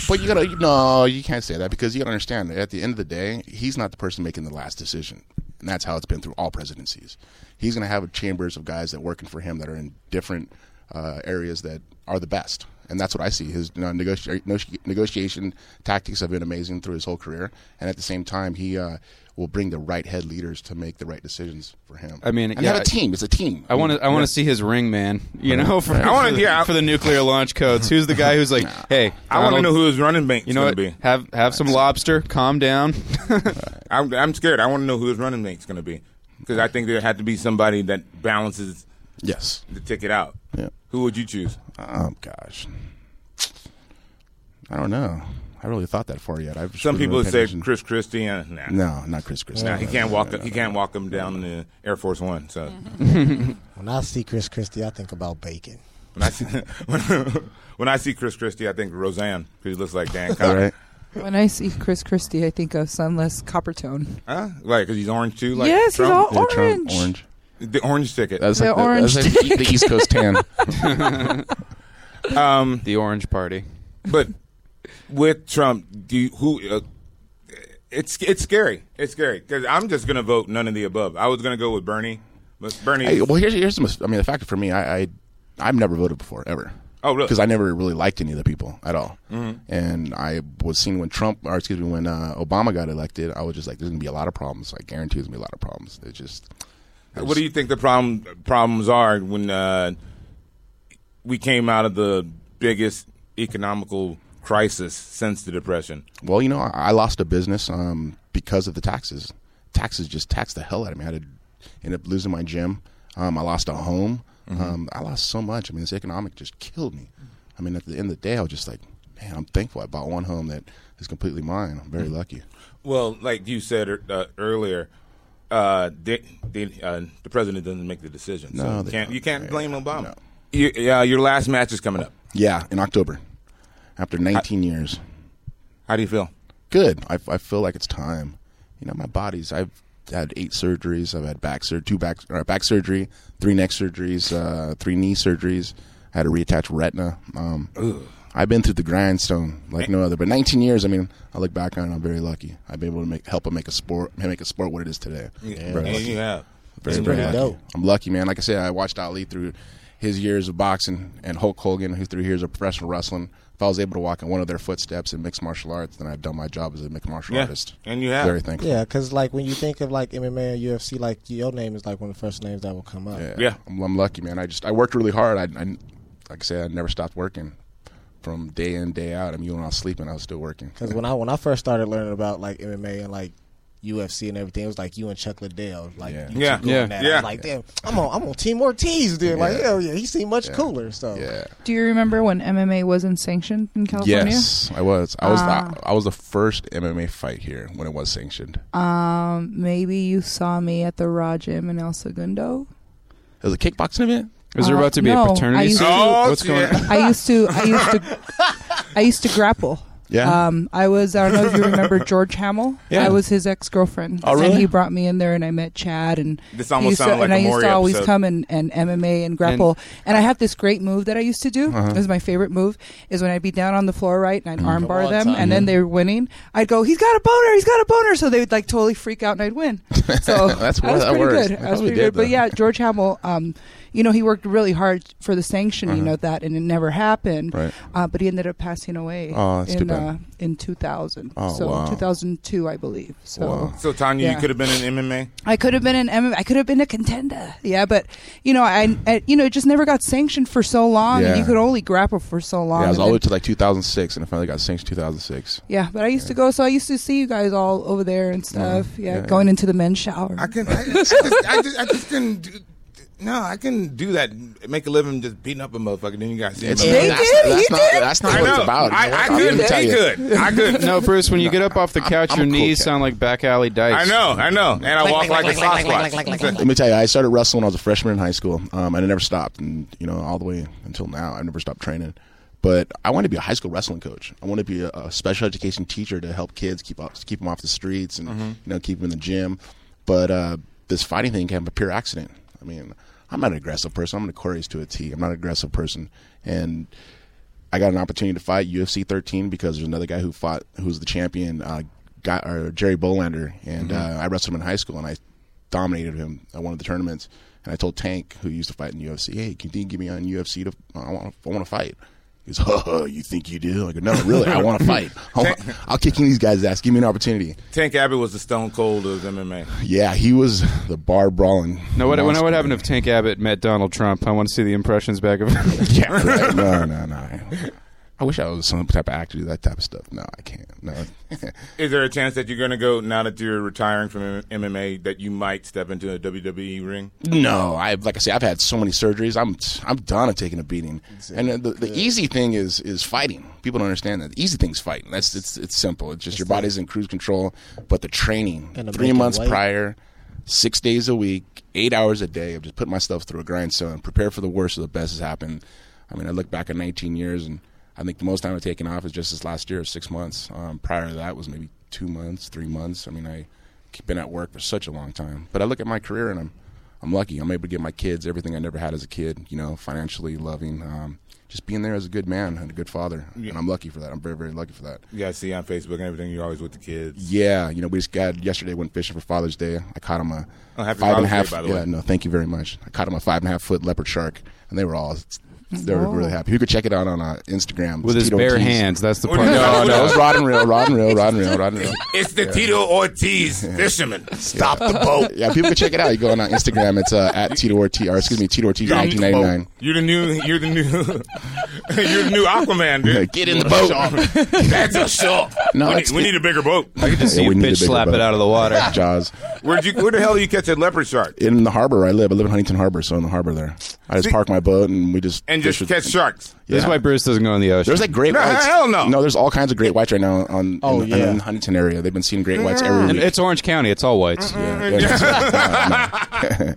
Speaker 6: But you gotta no, Oh, you can't say that because you gotta understand that at the end of the day, he's not the person making the last decision, and that's how it's been through all presidencies. He's gonna have chambers of guys that working for him that are in different uh, areas that are the best, and that's what I see. His you know, negoti- negoti- negotiation tactics have been amazing through his whole career, uh, and at the same time, he uh, will bring the right head leaders to make the right decisions for him.
Speaker 5: I mean,
Speaker 6: and
Speaker 5: yeah,
Speaker 6: have
Speaker 5: I-
Speaker 6: a team. It's a team.
Speaker 12: Uh,
Speaker 5: I want to. I want to see his ring man. You know, for,
Speaker 4: I wanna-
Speaker 5: for the-
Speaker 4: yeah, I-
Speaker 5: for the nuclear launch codes. Who's the guy who's like, hey,
Speaker 4: I want to
Speaker 5: Donald,
Speaker 4: know who his running mate
Speaker 5: You know
Speaker 4: going
Speaker 5: what?
Speaker 4: to be.
Speaker 5: Have have some lobster. Calm down.
Speaker 4: I'm, I'm scared. I want to know who his running mate's going to be because I think there had to be somebody that balances
Speaker 6: Yes.
Speaker 4: the ticket out.
Speaker 6: Yeah.
Speaker 4: Who would you choose?
Speaker 6: Oh gosh, I don't know. I really thought that far yet. I've just
Speaker 4: Some
Speaker 6: been
Speaker 4: people would
Speaker 6: really paying
Speaker 4: say
Speaker 6: attention.
Speaker 4: Chris Christie. Uh, nah.
Speaker 6: No, not Chris Christie.
Speaker 4: Nah, he can't walk. He can't walk him down the Air Force One. So
Speaker 12: When I see Chris Christie, I think about bacon.
Speaker 4: when I see when, when I see Chris Christie, I think Roseanne because he looks like Dan Cox.
Speaker 6: Right.
Speaker 7: When I see Chris Christie, I think of Sunless Coppertone.
Speaker 4: Huh? Like because he's orange too. Like
Speaker 7: yes,
Speaker 4: Trump?
Speaker 7: he's all
Speaker 6: Yeah, Trump,
Speaker 7: orange.
Speaker 6: orange.
Speaker 4: the orange ticket.
Speaker 6: That's
Speaker 7: The
Speaker 6: like the,
Speaker 7: orange
Speaker 6: that's like the East Coast tan.
Speaker 4: Um,
Speaker 5: The Orange Party.
Speaker 4: but with Trump, do you, who? Uh, it's it's scary. It's scary because I'm just gonna vote none of the above. I was gonna go with Bernie, but Bernie.
Speaker 6: Hey, well, here's here's the mis- I mean, the fact for me, I, I I've never voted before ever.
Speaker 4: Oh, really?
Speaker 6: Because I never really liked any of the people at all. And I was seen when Trump, or excuse me, when uh, Obama got elected, I was just like, "There's gonna be a lot of problems. I guarantee there's gonna be a lot of problems." It's just
Speaker 4: what do you think the problem problems are when uh, we came out of the biggest economical crisis since the depression?
Speaker 6: Well, you know, I, I lost a business um, because of the taxes. Taxes just taxed the hell out of me. I had to end up losing my gym. Um, I lost a home.
Speaker 4: Mm-hmm.
Speaker 6: Um, I lost so much. I mean, this economic just killed me. I mean, at the end of the day, I was just like, man, I'm thankful I bought one home that is completely mine. I'm very lucky.
Speaker 4: Well, like you said er- uh, earlier, uh, they, they, uh, the president doesn't make the decision.
Speaker 6: No,
Speaker 4: so you
Speaker 6: they
Speaker 4: can't,
Speaker 6: don't.
Speaker 4: you can't
Speaker 6: Yeah,
Speaker 4: blame Obama.
Speaker 6: no.
Speaker 4: You, uh, your last match is coming up.
Speaker 6: Yeah, in October, after 19 years.
Speaker 4: How do you feel?
Speaker 6: good. I, I feel like it's time. You know, my body's. I've had eight surgeries. I've had back sur- two back or back surgery, three neck surgeries, uh, three knee surgeries. I had a reattached retina. Um, I've been through the grindstone like no other. But 19 years. I mean, I look back on. it, I'm very lucky. I've been able to make help make a sport make a sport what it is today. Very
Speaker 4: Yeah,
Speaker 6: lucky.
Speaker 4: you have.
Speaker 12: That's
Speaker 6: Very, very
Speaker 12: pretty
Speaker 6: lucky.
Speaker 12: dope.
Speaker 6: I'm lucky, man. Like I said, I watched Ali through his years of boxing and Hulk Hogan, who through years of professional wrestling. If I was able to walk in one of their footsteps in mixed martial arts, then I've done my job as a mixed martial
Speaker 4: Yeah,
Speaker 6: artist.
Speaker 4: and you have.
Speaker 6: Very thankful.
Speaker 12: Yeah, because like when you think of like MMA or UFC, like your name is like one of the first names that will come up.
Speaker 4: Yeah.
Speaker 6: I'm, I'm lucky, man. I just I worked really hard. I, I like I said, I never stopped working from day in day out. I mean, even when I was sleeping, I was still working.
Speaker 12: Because when I when I first started learning about like MMA and like
Speaker 6: UFC and everything. It was like you and Chuck Liddell, like
Speaker 8: Yeah.
Speaker 6: you
Speaker 4: Yeah.
Speaker 6: two
Speaker 4: Yeah.
Speaker 6: going at it. I was
Speaker 4: Yeah.
Speaker 6: Like damn, I'm on I'm on Team Ortiz. Dude, like
Speaker 8: Yeah.
Speaker 6: hell yeah, he seemed much cooler. So
Speaker 8: Yeah.
Speaker 7: Do you remember when MMA wasn't sanctioned in California?
Speaker 8: Yes, I was. I was.
Speaker 7: Ah.
Speaker 8: I, I was the first MMA fight here when it was sanctioned.
Speaker 7: Maybe you saw me at the Raw Gym in El Segundo.
Speaker 8: it was a kickboxing event.
Speaker 5: Is there
Speaker 7: Uh,
Speaker 5: about to be
Speaker 7: no,
Speaker 5: a
Speaker 7: I
Speaker 5: paternity
Speaker 7: used
Speaker 5: suit?
Speaker 7: to-
Speaker 4: Oh,
Speaker 5: What's going on?
Speaker 7: I used to I used to I used to grapple.
Speaker 8: Yeah.
Speaker 7: Um, I was I don't know if you remember George Hamill.
Speaker 8: Yeah.
Speaker 7: I was his ex girlfriend.
Speaker 8: Oh, really?
Speaker 7: And he brought me in there and I met Chad and
Speaker 4: This
Speaker 7: he
Speaker 4: almost
Speaker 7: used to,
Speaker 4: sounded like
Speaker 7: and
Speaker 4: a
Speaker 7: I used
Speaker 4: Maury
Speaker 7: to always
Speaker 4: episode.
Speaker 7: come and, and MMA and grapple. And, I had this great move that I used to do.
Speaker 8: Uh-huh.
Speaker 7: It was my favorite move is when I'd be down on the floor right and I'd
Speaker 8: Mm-hmm.
Speaker 7: armbar
Speaker 6: on,
Speaker 7: them
Speaker 6: son.
Speaker 7: and then they were winning, I'd go, He's got a boner, he's got a boner so they would like totally freak out and I'd win. So
Speaker 8: That's
Speaker 7: I was
Speaker 8: that
Speaker 7: pretty
Speaker 8: works.
Speaker 7: good.
Speaker 8: That's
Speaker 7: I was
Speaker 8: what we
Speaker 7: pretty
Speaker 8: did,
Speaker 7: good.
Speaker 8: though.
Speaker 7: But yeah, uh, George Hamill, um, you know, he worked really hard for the sanctioning of that, and it never happened.
Speaker 8: Uh-huh. Right.
Speaker 7: Uh, but he ended up passing away
Speaker 8: Oh, that's too
Speaker 7: in
Speaker 8: bad.
Speaker 7: uh, in 2000.
Speaker 8: Oh,
Speaker 7: so
Speaker 8: wow.
Speaker 7: 2002, I believe. So
Speaker 8: Wow.
Speaker 4: So Tanya, you
Speaker 7: Yeah.
Speaker 4: could have been in MMA.
Speaker 7: I could have been an MMA. I could have been a contender. Yeah, but you know, I, I you know, it just never got sanctioned for so long, and
Speaker 8: Yeah.
Speaker 7: you could only grapple for so long.
Speaker 8: Yeah, I was
Speaker 7: and
Speaker 8: all the
Speaker 7: then-
Speaker 8: way to like 2006, and I finally got sanctioned 2006.
Speaker 7: yeah, but I used to go, so I used to see you guys all over there and stuff. Yeah,
Speaker 8: Yeah.
Speaker 7: going into the men's shower.
Speaker 4: I can. I, I, just, I, just, I just couldn't. Do, no, I couldn't do that. Make a living just beating up a motherfucker. Then you got to
Speaker 8: It's
Speaker 4: see
Speaker 7: They
Speaker 8: that's,
Speaker 7: did,
Speaker 8: That's
Speaker 7: he
Speaker 8: not.
Speaker 7: did.
Speaker 8: That's not
Speaker 4: I
Speaker 8: what it's
Speaker 4: know.
Speaker 8: about.
Speaker 4: I, I
Speaker 8: I'm
Speaker 4: couldn't.
Speaker 8: gonna tell
Speaker 4: He
Speaker 8: you.
Speaker 4: could. I could.
Speaker 5: No, Bruce, when you get up off the couch,
Speaker 8: I'm
Speaker 5: your
Speaker 8: a cool
Speaker 5: knees
Speaker 8: cat.
Speaker 5: sound like back alley dykes.
Speaker 4: I know. I know. And I walk like, a Sasquatch.
Speaker 8: Let me tell you, I started wrestling when I was a freshman in high school, um, and I never stopped, and you know, all the way until now, I've never stopped training. But I want to be a high school wrestling coach. I want to be a, a special education teacher to help kids keep off, keep them off the streets and you know keep them in the gym. But uh, this fighting thing came a pure accident. I mean, I'm not an aggressive person. I'm an Aquarius to a T. I'm not an aggressive person, and I got an opportunity to fight UFC 13 because there's another guy who fought who was the champion, uh, guy, or Jerry Bolander, and uh, I wrestled him in high school and I dominated him at one of the tournaments. And I told Tank, who used to fight in UFC, hey, can you get me on UFC? To I want I want to fight. He goes, oh, you think you do? I go, no, really, I want to fight. I want, I'll kick these guys' ass. Give me an opportunity.
Speaker 4: Tank Abbott was the Stone Cold of MMA.
Speaker 8: Yeah, he was the bar brawling.
Speaker 5: No, what, what,
Speaker 8: monster.
Speaker 5: what happened if Tank Abbott met Donald Trump? I want to see the impressions back of
Speaker 8: Yeah, right. no, no, no. I wish I was some type of actor to do that type of stuff. No, I can't. No.
Speaker 4: Is there a chance that you're going to go now that you're retiring from M- MMA that you might step into a WWE ring?
Speaker 8: No, I like I say, I've had so many surgeries. I'm I'm done of taking a beating. And the, the easy thing is is fighting. People don't understand that. The easy thing's fighting. That's it's it's simple. It's just your body's in cruise control, but the training
Speaker 6: And to
Speaker 8: three
Speaker 6: make it
Speaker 8: months
Speaker 6: light.
Speaker 8: prior, six days a week, eight hours a day. I've just put myself through a grindstone. Prepare for the worst, so the best has happened. I mean, I look back at 19 years, and I think the most time I've taken off is just this last year, six months. Um, prior to that was maybe two months, three months. I mean, I been at work for such a long time, but I look at my career and I'm I'm lucky. I'm able to give my kids everything I never had as a kid. You know, financially loving, um, just being there as a good man and a good father. And I'm lucky for that. I'm very very lucky for that.
Speaker 4: Yeah, I see on Facebook and everything. You're always with the kids.
Speaker 8: Yeah, you know, we just got yesterday went fishing for Father's Day. I caught him a
Speaker 4: Oh, happy
Speaker 8: five and a
Speaker 4: Father's Day,
Speaker 8: half.
Speaker 4: by the
Speaker 8: yeah,
Speaker 4: way.
Speaker 8: no, thank you very much. I caught him a five and a half foot leopard shark, and they were all they were really happy. You could check it out on uh, Instagram
Speaker 5: with
Speaker 8: It's
Speaker 5: his
Speaker 8: Tito
Speaker 5: bare
Speaker 8: Ortiz.
Speaker 5: hands. That's the
Speaker 4: Or
Speaker 5: part.
Speaker 4: no,
Speaker 8: No,
Speaker 4: With
Speaker 8: no, it
Speaker 4: us.
Speaker 8: was rod and reel, rod and reel, rod and reel, rod and reel.
Speaker 4: It's the Tito Ortiz fisherman. Stop the boat.
Speaker 8: Yeah, people can check it out. You go on uh, Instagram. It's uh, at Tito Ortiz, or excuse me, Tito Ortiz, 1999.
Speaker 4: You're the new. You're the new. you're the new Aquaman, dude.
Speaker 8: Get in the boat.
Speaker 4: That's a shark.
Speaker 8: No,
Speaker 4: we, need,
Speaker 8: it's-
Speaker 4: we need a bigger boat.
Speaker 5: Just
Speaker 8: Yeah,
Speaker 5: see you
Speaker 8: we need a
Speaker 5: bitch
Speaker 8: bigger
Speaker 5: slap
Speaker 8: boat.
Speaker 5: it out of the water.
Speaker 8: Jaws.
Speaker 4: Where you? Where the hell do you catch a leopard shark?
Speaker 8: In the harbor where I live. I live in Huntington Harbor, so in the harbor there. I just
Speaker 4: See-
Speaker 8: park my boat and we just.
Speaker 4: And
Speaker 8: fish
Speaker 4: just
Speaker 8: with-
Speaker 4: catch sharks.
Speaker 5: This is
Speaker 8: Yeah.
Speaker 5: why Bruce doesn't go in the ocean.
Speaker 8: There's like great
Speaker 4: No,
Speaker 8: whites.
Speaker 4: hell no.
Speaker 8: No, there's all kinds of great whites right now on
Speaker 6: Oh,
Speaker 8: in, the- in
Speaker 6: yeah.
Speaker 8: the Huntington area. They've been seeing great whites every
Speaker 5: and
Speaker 8: week.
Speaker 5: it's Orange County. It's all whites.
Speaker 8: Yeah, yeah.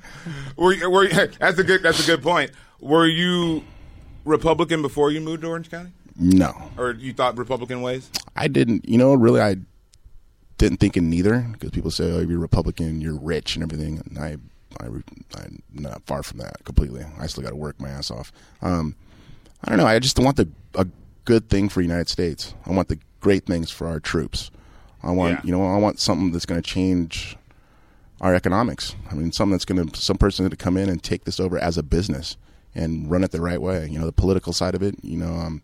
Speaker 4: Were, you- were, you- that's a good. That's a good point. Were you Republican before you moved to Orange County,
Speaker 8: no,
Speaker 4: or you thought Republican ways?
Speaker 8: I didn't. You know, really, I didn't think in neither because people say, "Oh, you're Republican, you're rich, and everything." And I, I, I'm not far from that completely. I still got to work my ass off. Um, I don't know. I just want the a good thing for the United States. I want the great things for our troops. I want
Speaker 4: Yeah.
Speaker 8: you know. I want something that's going to change our economics. I mean, something that's going to some person to come in and take this over as a business and run it the right way. You know, the political side of it. You know, um,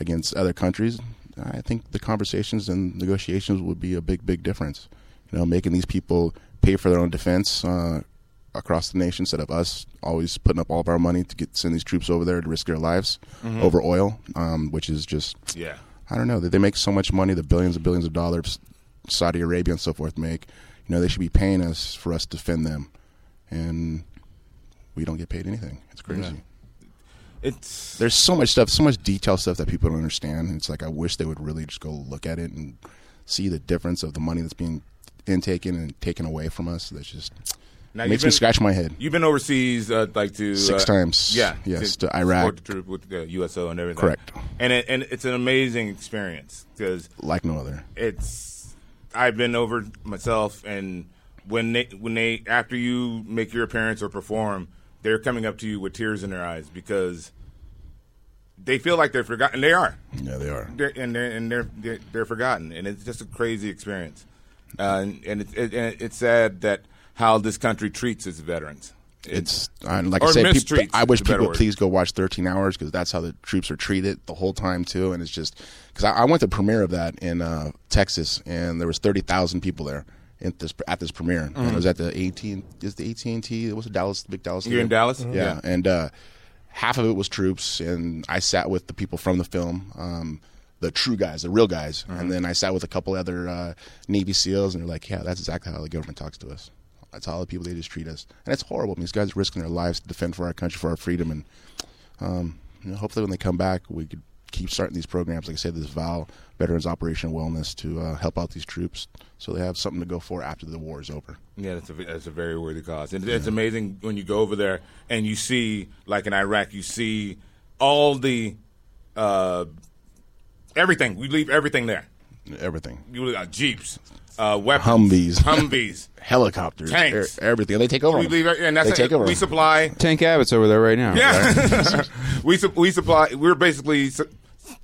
Speaker 8: against other countries. I think the conversations and negotiations would be a big, big difference. You know, making these people pay for their own defense uh, across the nation instead of us always putting up all of our money to get send these troops over there to risk their lives over oil, um, which is just
Speaker 4: Yeah.
Speaker 8: I don't know. They, they make so much money, the billions and billions of dollars Saudi Arabia and so forth make. You know, they should be paying us for us to defend them, and we don't get paid anything. It's crazy.
Speaker 4: It's
Speaker 8: There's so much stuff, so much detail stuff that people don't understand. It's like I wish they would really just go look at it and see the difference of the money that's being intaken and taken away from us. That's just
Speaker 4: Now,
Speaker 8: makes
Speaker 4: you've
Speaker 8: me
Speaker 4: been-
Speaker 8: scratch my head.
Speaker 4: You've been overseas, uh, like to
Speaker 8: Six
Speaker 4: uh,
Speaker 8: times.
Speaker 4: Yeah,
Speaker 8: Yes, to
Speaker 4: support
Speaker 8: Iraq.
Speaker 4: the troop with the USO and everything.
Speaker 8: Correct.
Speaker 4: And it, and it's an amazing experience because
Speaker 8: like no other.
Speaker 4: it's I've been over myself, and when they when they after you make your appearance or perform, they're coming up to you with tears in their eyes because they feel like they're forgotten. They are,
Speaker 8: Yeah, they are.
Speaker 4: they're, and they're and they're, they're they're forgotten, and it's just a crazy experience. Uh, and and it's it, and it's sad that how this country treats its veterans.
Speaker 8: It's I like
Speaker 4: Or
Speaker 8: I said, people,
Speaker 4: mistreats,
Speaker 8: I wish
Speaker 4: is a better
Speaker 8: people
Speaker 4: word.
Speaker 8: would please go watch 13 Hours because that's how the troops are treated the whole time too. And it's just because I, I went to the premiere of that in uh, Texas, and there was 30,000 people there at this at this premiere. And
Speaker 4: Mm.
Speaker 8: it was at the 18 is the AT and T. It was a Dallas, the big Dallas.
Speaker 4: You're in
Speaker 8: stadium.
Speaker 4: Dallas?
Speaker 8: yeah. And uh, half of it was troops, and I sat with the people from the film. Um, the true guys, the real guys, and then I sat with a couple other uh, Navy SEALs, and they're like, "Yeah, that's exactly how the government talks to us." That's all the people they just treat us, and it's horrible. These guys are risking their lives to defend for our country, for our freedom, and um, you know, hopefully when they come back, we could keep starting these programs. Like I said, this VAL Veterans Operation Wellness to uh, help out these troops, so they have something to go for after the war is over.
Speaker 4: Yeah, that's a that's a very worthy cause, and it's amazing when you go over there and you see, like in Iraq, you see all the uh, everything. We leave everything there.
Speaker 8: Everything,
Speaker 4: You leave, uh, jeeps, uh, weapons,
Speaker 8: Humvees,
Speaker 4: Humvees.
Speaker 8: helicopters, e-
Speaker 4: Tanks.
Speaker 8: everything. They take over.
Speaker 4: we
Speaker 8: them.
Speaker 4: leave, and that's
Speaker 8: they take over.
Speaker 4: we
Speaker 8: them.
Speaker 4: supply.
Speaker 5: Tank Abbott's over there right now.
Speaker 4: Yeah, we su- we supply. We're basically su-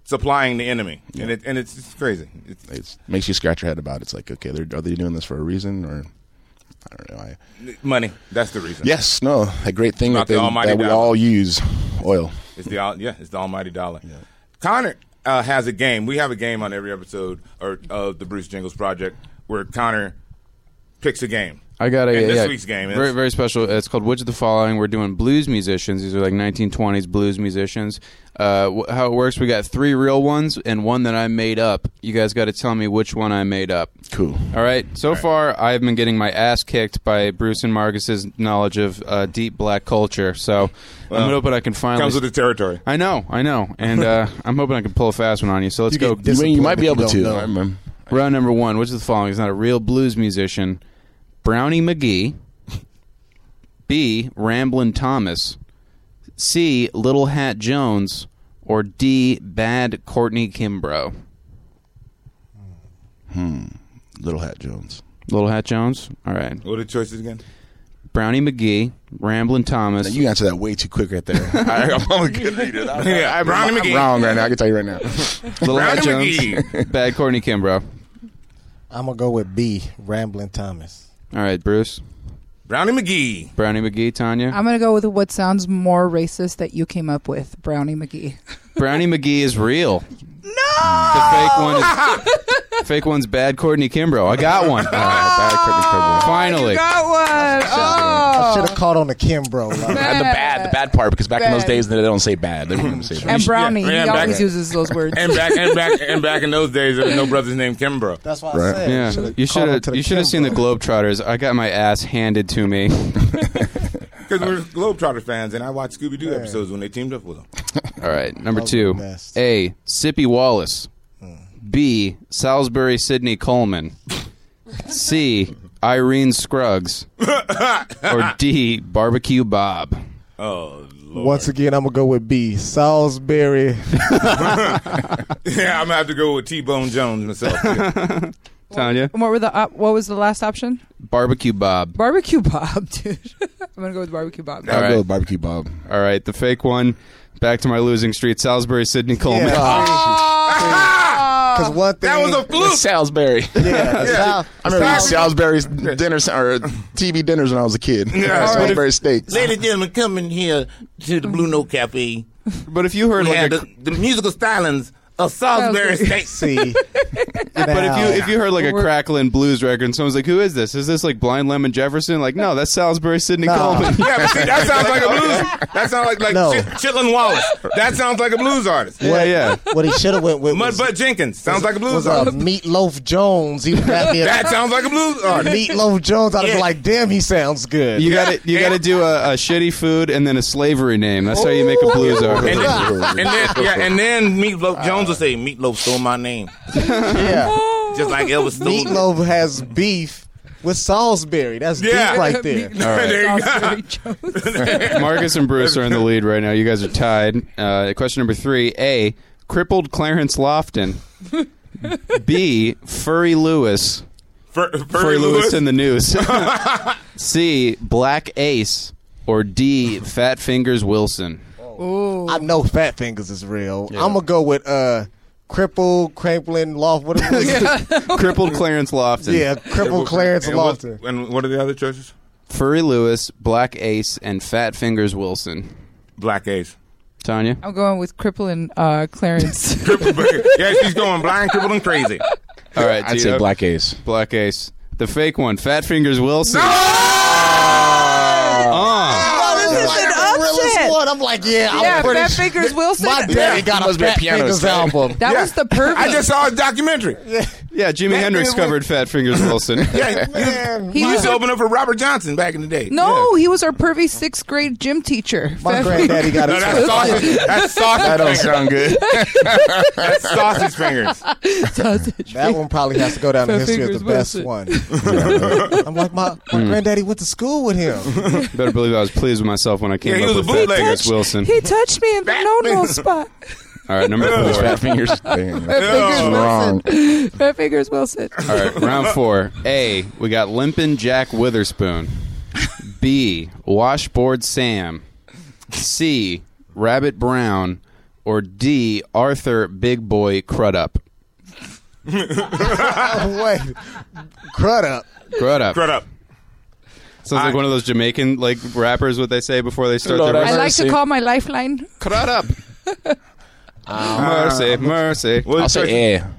Speaker 4: supplying the enemy, and it and it's, it's crazy. It's,
Speaker 8: it makes you scratch your head about. It. It's like, okay, they're, are they doing this for a reason or? I don't know. I,
Speaker 4: money. That's the reason.
Speaker 8: yes, no, a great thing
Speaker 4: Not
Speaker 8: that,
Speaker 4: the
Speaker 8: they,
Speaker 4: almighty
Speaker 8: that we
Speaker 4: dollar.
Speaker 8: all use, oil.
Speaker 4: It's the al- yeah, it's the almighty dollar. Connor uh, has a game. We have a game on every episode or of the Bruce Jingles Project where Connor picks a game.
Speaker 5: I got a
Speaker 4: And this
Speaker 5: yeah,
Speaker 4: week's game.
Speaker 5: very
Speaker 4: is-
Speaker 5: very special. It's called Which of the Following. We're doing blues musicians. These are like 1920s blues musicians. Uh, wh- how it works? We got three real ones and one that I made up. You guys got to tell me which one I made up.
Speaker 8: Cool.
Speaker 5: All right. So far, I've been getting my ass kicked by Bruce and Marcus's knowledge of uh, deep black culture. So I'm hoping I can finally.
Speaker 4: comes with the territory.
Speaker 5: I know, I know, and uh, I'm hoping I can pull a fast one on you. So let's
Speaker 6: You
Speaker 5: go.
Speaker 6: get
Speaker 8: You, may- you might be
Speaker 6: Discipline
Speaker 8: able
Speaker 6: if
Speaker 8: to.
Speaker 6: you don't know.
Speaker 8: I remember.
Speaker 5: Round number one, which is the following? He's not a real blues musician. Brownie McGee. B. Ramblin' Thomas. C. Little Hat Jones. Or D. Bad Courtney Kimbrough.
Speaker 8: Little Hat Jones.
Speaker 5: Little Hat Jones. All right.
Speaker 4: What are the choices again?
Speaker 5: Brownie McGee. Ramblin' Thomas.
Speaker 8: Now, you answer that way too quick right there. I, I'm a good reader. I'm,
Speaker 4: Yeah,
Speaker 8: I'm-
Speaker 4: Brownie
Speaker 8: I'm
Speaker 4: McGee.
Speaker 8: wrong right now. I can tell you right now.
Speaker 5: Little Hat
Speaker 4: Brownie
Speaker 5: Jones. Bad Courtney Kimbrough.
Speaker 6: I'm gonna go with B. Rambling Thomas.
Speaker 5: All right, Bruce.
Speaker 4: Brownie McGee.
Speaker 5: Brownie McGee, Tanya.
Speaker 7: I'm gonna go with what sounds more racist that you came up with, Brownie McGee.
Speaker 5: Brownie McGee is real. No. The fake one is fake one's bad Courtney Kimbrough. I got one.
Speaker 8: Oh,
Speaker 4: Ah!
Speaker 5: Finally.
Speaker 7: Got one.
Speaker 6: I
Speaker 7: Oh,
Speaker 6: should have caught on the Kim bro. Like,
Speaker 8: And the bad, the bad part, because back in those days they don't say bad. They were going to say
Speaker 7: and
Speaker 8: bad.
Speaker 7: Brownie.
Speaker 4: Yeah,
Speaker 7: he
Speaker 4: and back-
Speaker 7: always uses those words.
Speaker 4: And back and back and back in those days, there was no brothers named Kimbrough.
Speaker 6: that's why I
Speaker 8: Right.
Speaker 6: said
Speaker 5: Yeah,
Speaker 6: shoulda
Speaker 5: you
Speaker 6: caught
Speaker 5: should
Speaker 6: on to
Speaker 5: have. You should have
Speaker 6: Kim
Speaker 5: seen the
Speaker 6: bro.
Speaker 5: Globetrotters. I got my ass handed to me.
Speaker 4: Because we're Globetrotter fans, and I watched Scooby Doo episodes when they teamed up with them.
Speaker 5: All right, number
Speaker 6: Those are
Speaker 5: two.
Speaker 6: the best. Hmm.
Speaker 5: A. Sippy Wallace. B. Salisbury Sidney Coleman. C. Irene Scruggs. or D. Barbecue Bob.
Speaker 4: Oh, Lord.
Speaker 6: Once again, I'm gonna go with B. Salisbury.
Speaker 4: yeah, I'm gonna have to go with T Bone Jones myself. too.
Speaker 5: Tanya.
Speaker 7: And what were the op- what was the last option?
Speaker 5: Barbecue Bob.
Speaker 7: Barbecue Bob, dude. I'm gonna go with Barbecue Bob.
Speaker 8: I'll
Speaker 5: All right.
Speaker 8: go with Barbecue Bob.
Speaker 5: All right, the fake one. Back to my losing street, Salisbury, Sydney Coleman.
Speaker 6: Because one thing
Speaker 4: Ah! that was a fluke.
Speaker 8: Salisbury.
Speaker 6: yeah, Sal-
Speaker 8: I remember eating Salisbury's dinner cen- or TV dinners when I was a kid. Salisbury steaks.
Speaker 13: Ladies and gentlemen, come in here to the Blue Note Cafe.
Speaker 5: But if you heard
Speaker 13: We
Speaker 5: like
Speaker 13: had
Speaker 5: a,
Speaker 13: the, the musical stylings
Speaker 4: a Salisbury steak.
Speaker 6: See,
Speaker 5: But if you if you heard like a crackling blues record and someone's like, "Who is this? Is this like Blind Lemon Jefferson?" Like, no, that's Salisbury Sidney
Speaker 6: No.
Speaker 5: Coleman.
Speaker 4: Yeah, but see, that sounds like a blues. That sounds like like
Speaker 6: No.
Speaker 4: Ch- Chitlin Wallace. That sounds like a blues artist.
Speaker 5: yeah, yeah.
Speaker 6: what he should have went with was,
Speaker 4: Mudbutt Jenkins sounds like a blues
Speaker 6: was uh,
Speaker 4: artist.
Speaker 6: Meatloaf Jones. He got me a
Speaker 4: That sounds like a blues artist.
Speaker 6: Meatloaf Jones. I'd have
Speaker 4: Yeah.
Speaker 6: been like, damn, he sounds good.
Speaker 5: You got to you got to do a, a shitty food and then a slavery name. That's how you make a blues artist.
Speaker 4: And then, and then, yeah, and then Meatloaf Jones will say, "Meatloaf stole my name,"
Speaker 6: yeah.
Speaker 4: just like Elvis stole.
Speaker 6: Meatloaf has beef with Salisbury. That's
Speaker 4: Yeah.
Speaker 6: deep right there.
Speaker 4: There you go.
Speaker 5: Marcus and Bruce are in the lead right now. You guys are tied. Uh, question number three: A. Crippled Clarence Lofton. B. Furry Lewis.
Speaker 4: Fur-
Speaker 5: Furry Lewis, in the news. C. Black Ace. Or D. Fat Fingers Wilson.
Speaker 6: I know Fat Fingers is real. I'm gonna go with uh, cripple, crampling, loft, whatever. yeah.
Speaker 5: Crippled Clarence Lofton.
Speaker 6: yeah, cripple, Clarence
Speaker 4: and what,
Speaker 6: Lofton.
Speaker 4: and what are the other choices?
Speaker 5: Furry Lewis, Black Ace, and Fat Fingers Wilson.
Speaker 4: Black Ace.
Speaker 5: Tanya.
Speaker 7: I'm going with crippling uh, Clarence.
Speaker 4: yeah, she's going blind, crippled, and crazy.
Speaker 5: All right,
Speaker 14: I'd
Speaker 5: do
Speaker 14: say
Speaker 5: you-
Speaker 14: Black Ace.
Speaker 5: Black Ace. The fake one, Fat Fingers Wilson. Uh,
Speaker 4: Oh,
Speaker 7: this is an
Speaker 6: The realest
Speaker 7: upset.
Speaker 6: one. I'm like, yeah,
Speaker 7: Yeah,
Speaker 6: I'm pretty
Speaker 7: Fat
Speaker 6: sure-
Speaker 7: Fingers Wilson.
Speaker 6: My daddy got a
Speaker 14: Must be a
Speaker 6: Fat
Speaker 14: piano
Speaker 6: Fingers
Speaker 14: fan.
Speaker 6: album.
Speaker 7: That was the perfect.
Speaker 4: I just saw his documentary.
Speaker 5: yeah, Jimi Hendrix
Speaker 4: Fingers
Speaker 5: covered Fat Fingers Wilson.
Speaker 4: Yeah,
Speaker 6: Man,
Speaker 7: He
Speaker 4: he
Speaker 7: was
Speaker 4: used to
Speaker 7: a-
Speaker 4: open up for Robert Johnson back in the day.
Speaker 7: no, he was our pervy sixth grade gym teacher.
Speaker 6: my
Speaker 7: Fat
Speaker 6: granddaddy got
Speaker 4: No, that's
Speaker 6: his.
Speaker 4: sausage. That's sausage.
Speaker 14: That don't sound good.
Speaker 4: That's sausage fingers.
Speaker 7: Sausage.
Speaker 6: That one probably has to go down in
Speaker 7: Fat
Speaker 6: history as
Speaker 7: Fingers
Speaker 6: the best one. I'm like, my, my granddaddy went to school with him.
Speaker 5: Better believe I was pleased with myself when I
Speaker 4: Yeah,
Speaker 5: came
Speaker 4: he
Speaker 5: up
Speaker 4: was
Speaker 5: with
Speaker 4: a
Speaker 5: Fat
Speaker 4: bootlegger.
Speaker 5: Fingers Wilson.
Speaker 7: He touched me in the
Speaker 4: Fat
Speaker 7: no-no
Speaker 4: Fingers.
Speaker 7: spot.
Speaker 5: All right, number
Speaker 4: Ugh.
Speaker 5: four.
Speaker 14: Fat fingers. Dang,
Speaker 7: Fat
Speaker 14: that's
Speaker 7: Fingers
Speaker 4: Oh.
Speaker 14: wrong.
Speaker 7: Wilson. Fat Fingers Wilson.
Speaker 5: All right, round four. A. We got Limpin' Jack Witherspoon. B. Washboard Sam. C. Rabbit Brown. Or D. Arthur Big Boy Crudup.
Speaker 6: Oh, wait. Crud up.
Speaker 5: Crudup.
Speaker 4: Shut up.
Speaker 5: Sounds like one of those Jamaican like rappers. What they say before they start
Speaker 14: Lord,
Speaker 5: their
Speaker 14: I
Speaker 7: I
Speaker 5: verse.
Speaker 7: like to
Speaker 14: Mercy.
Speaker 7: call my lifeline.
Speaker 5: Crudup.
Speaker 7: Um,
Speaker 5: mercy, mercy.
Speaker 4: What
Speaker 14: I'll
Speaker 4: is choice-
Speaker 14: say A.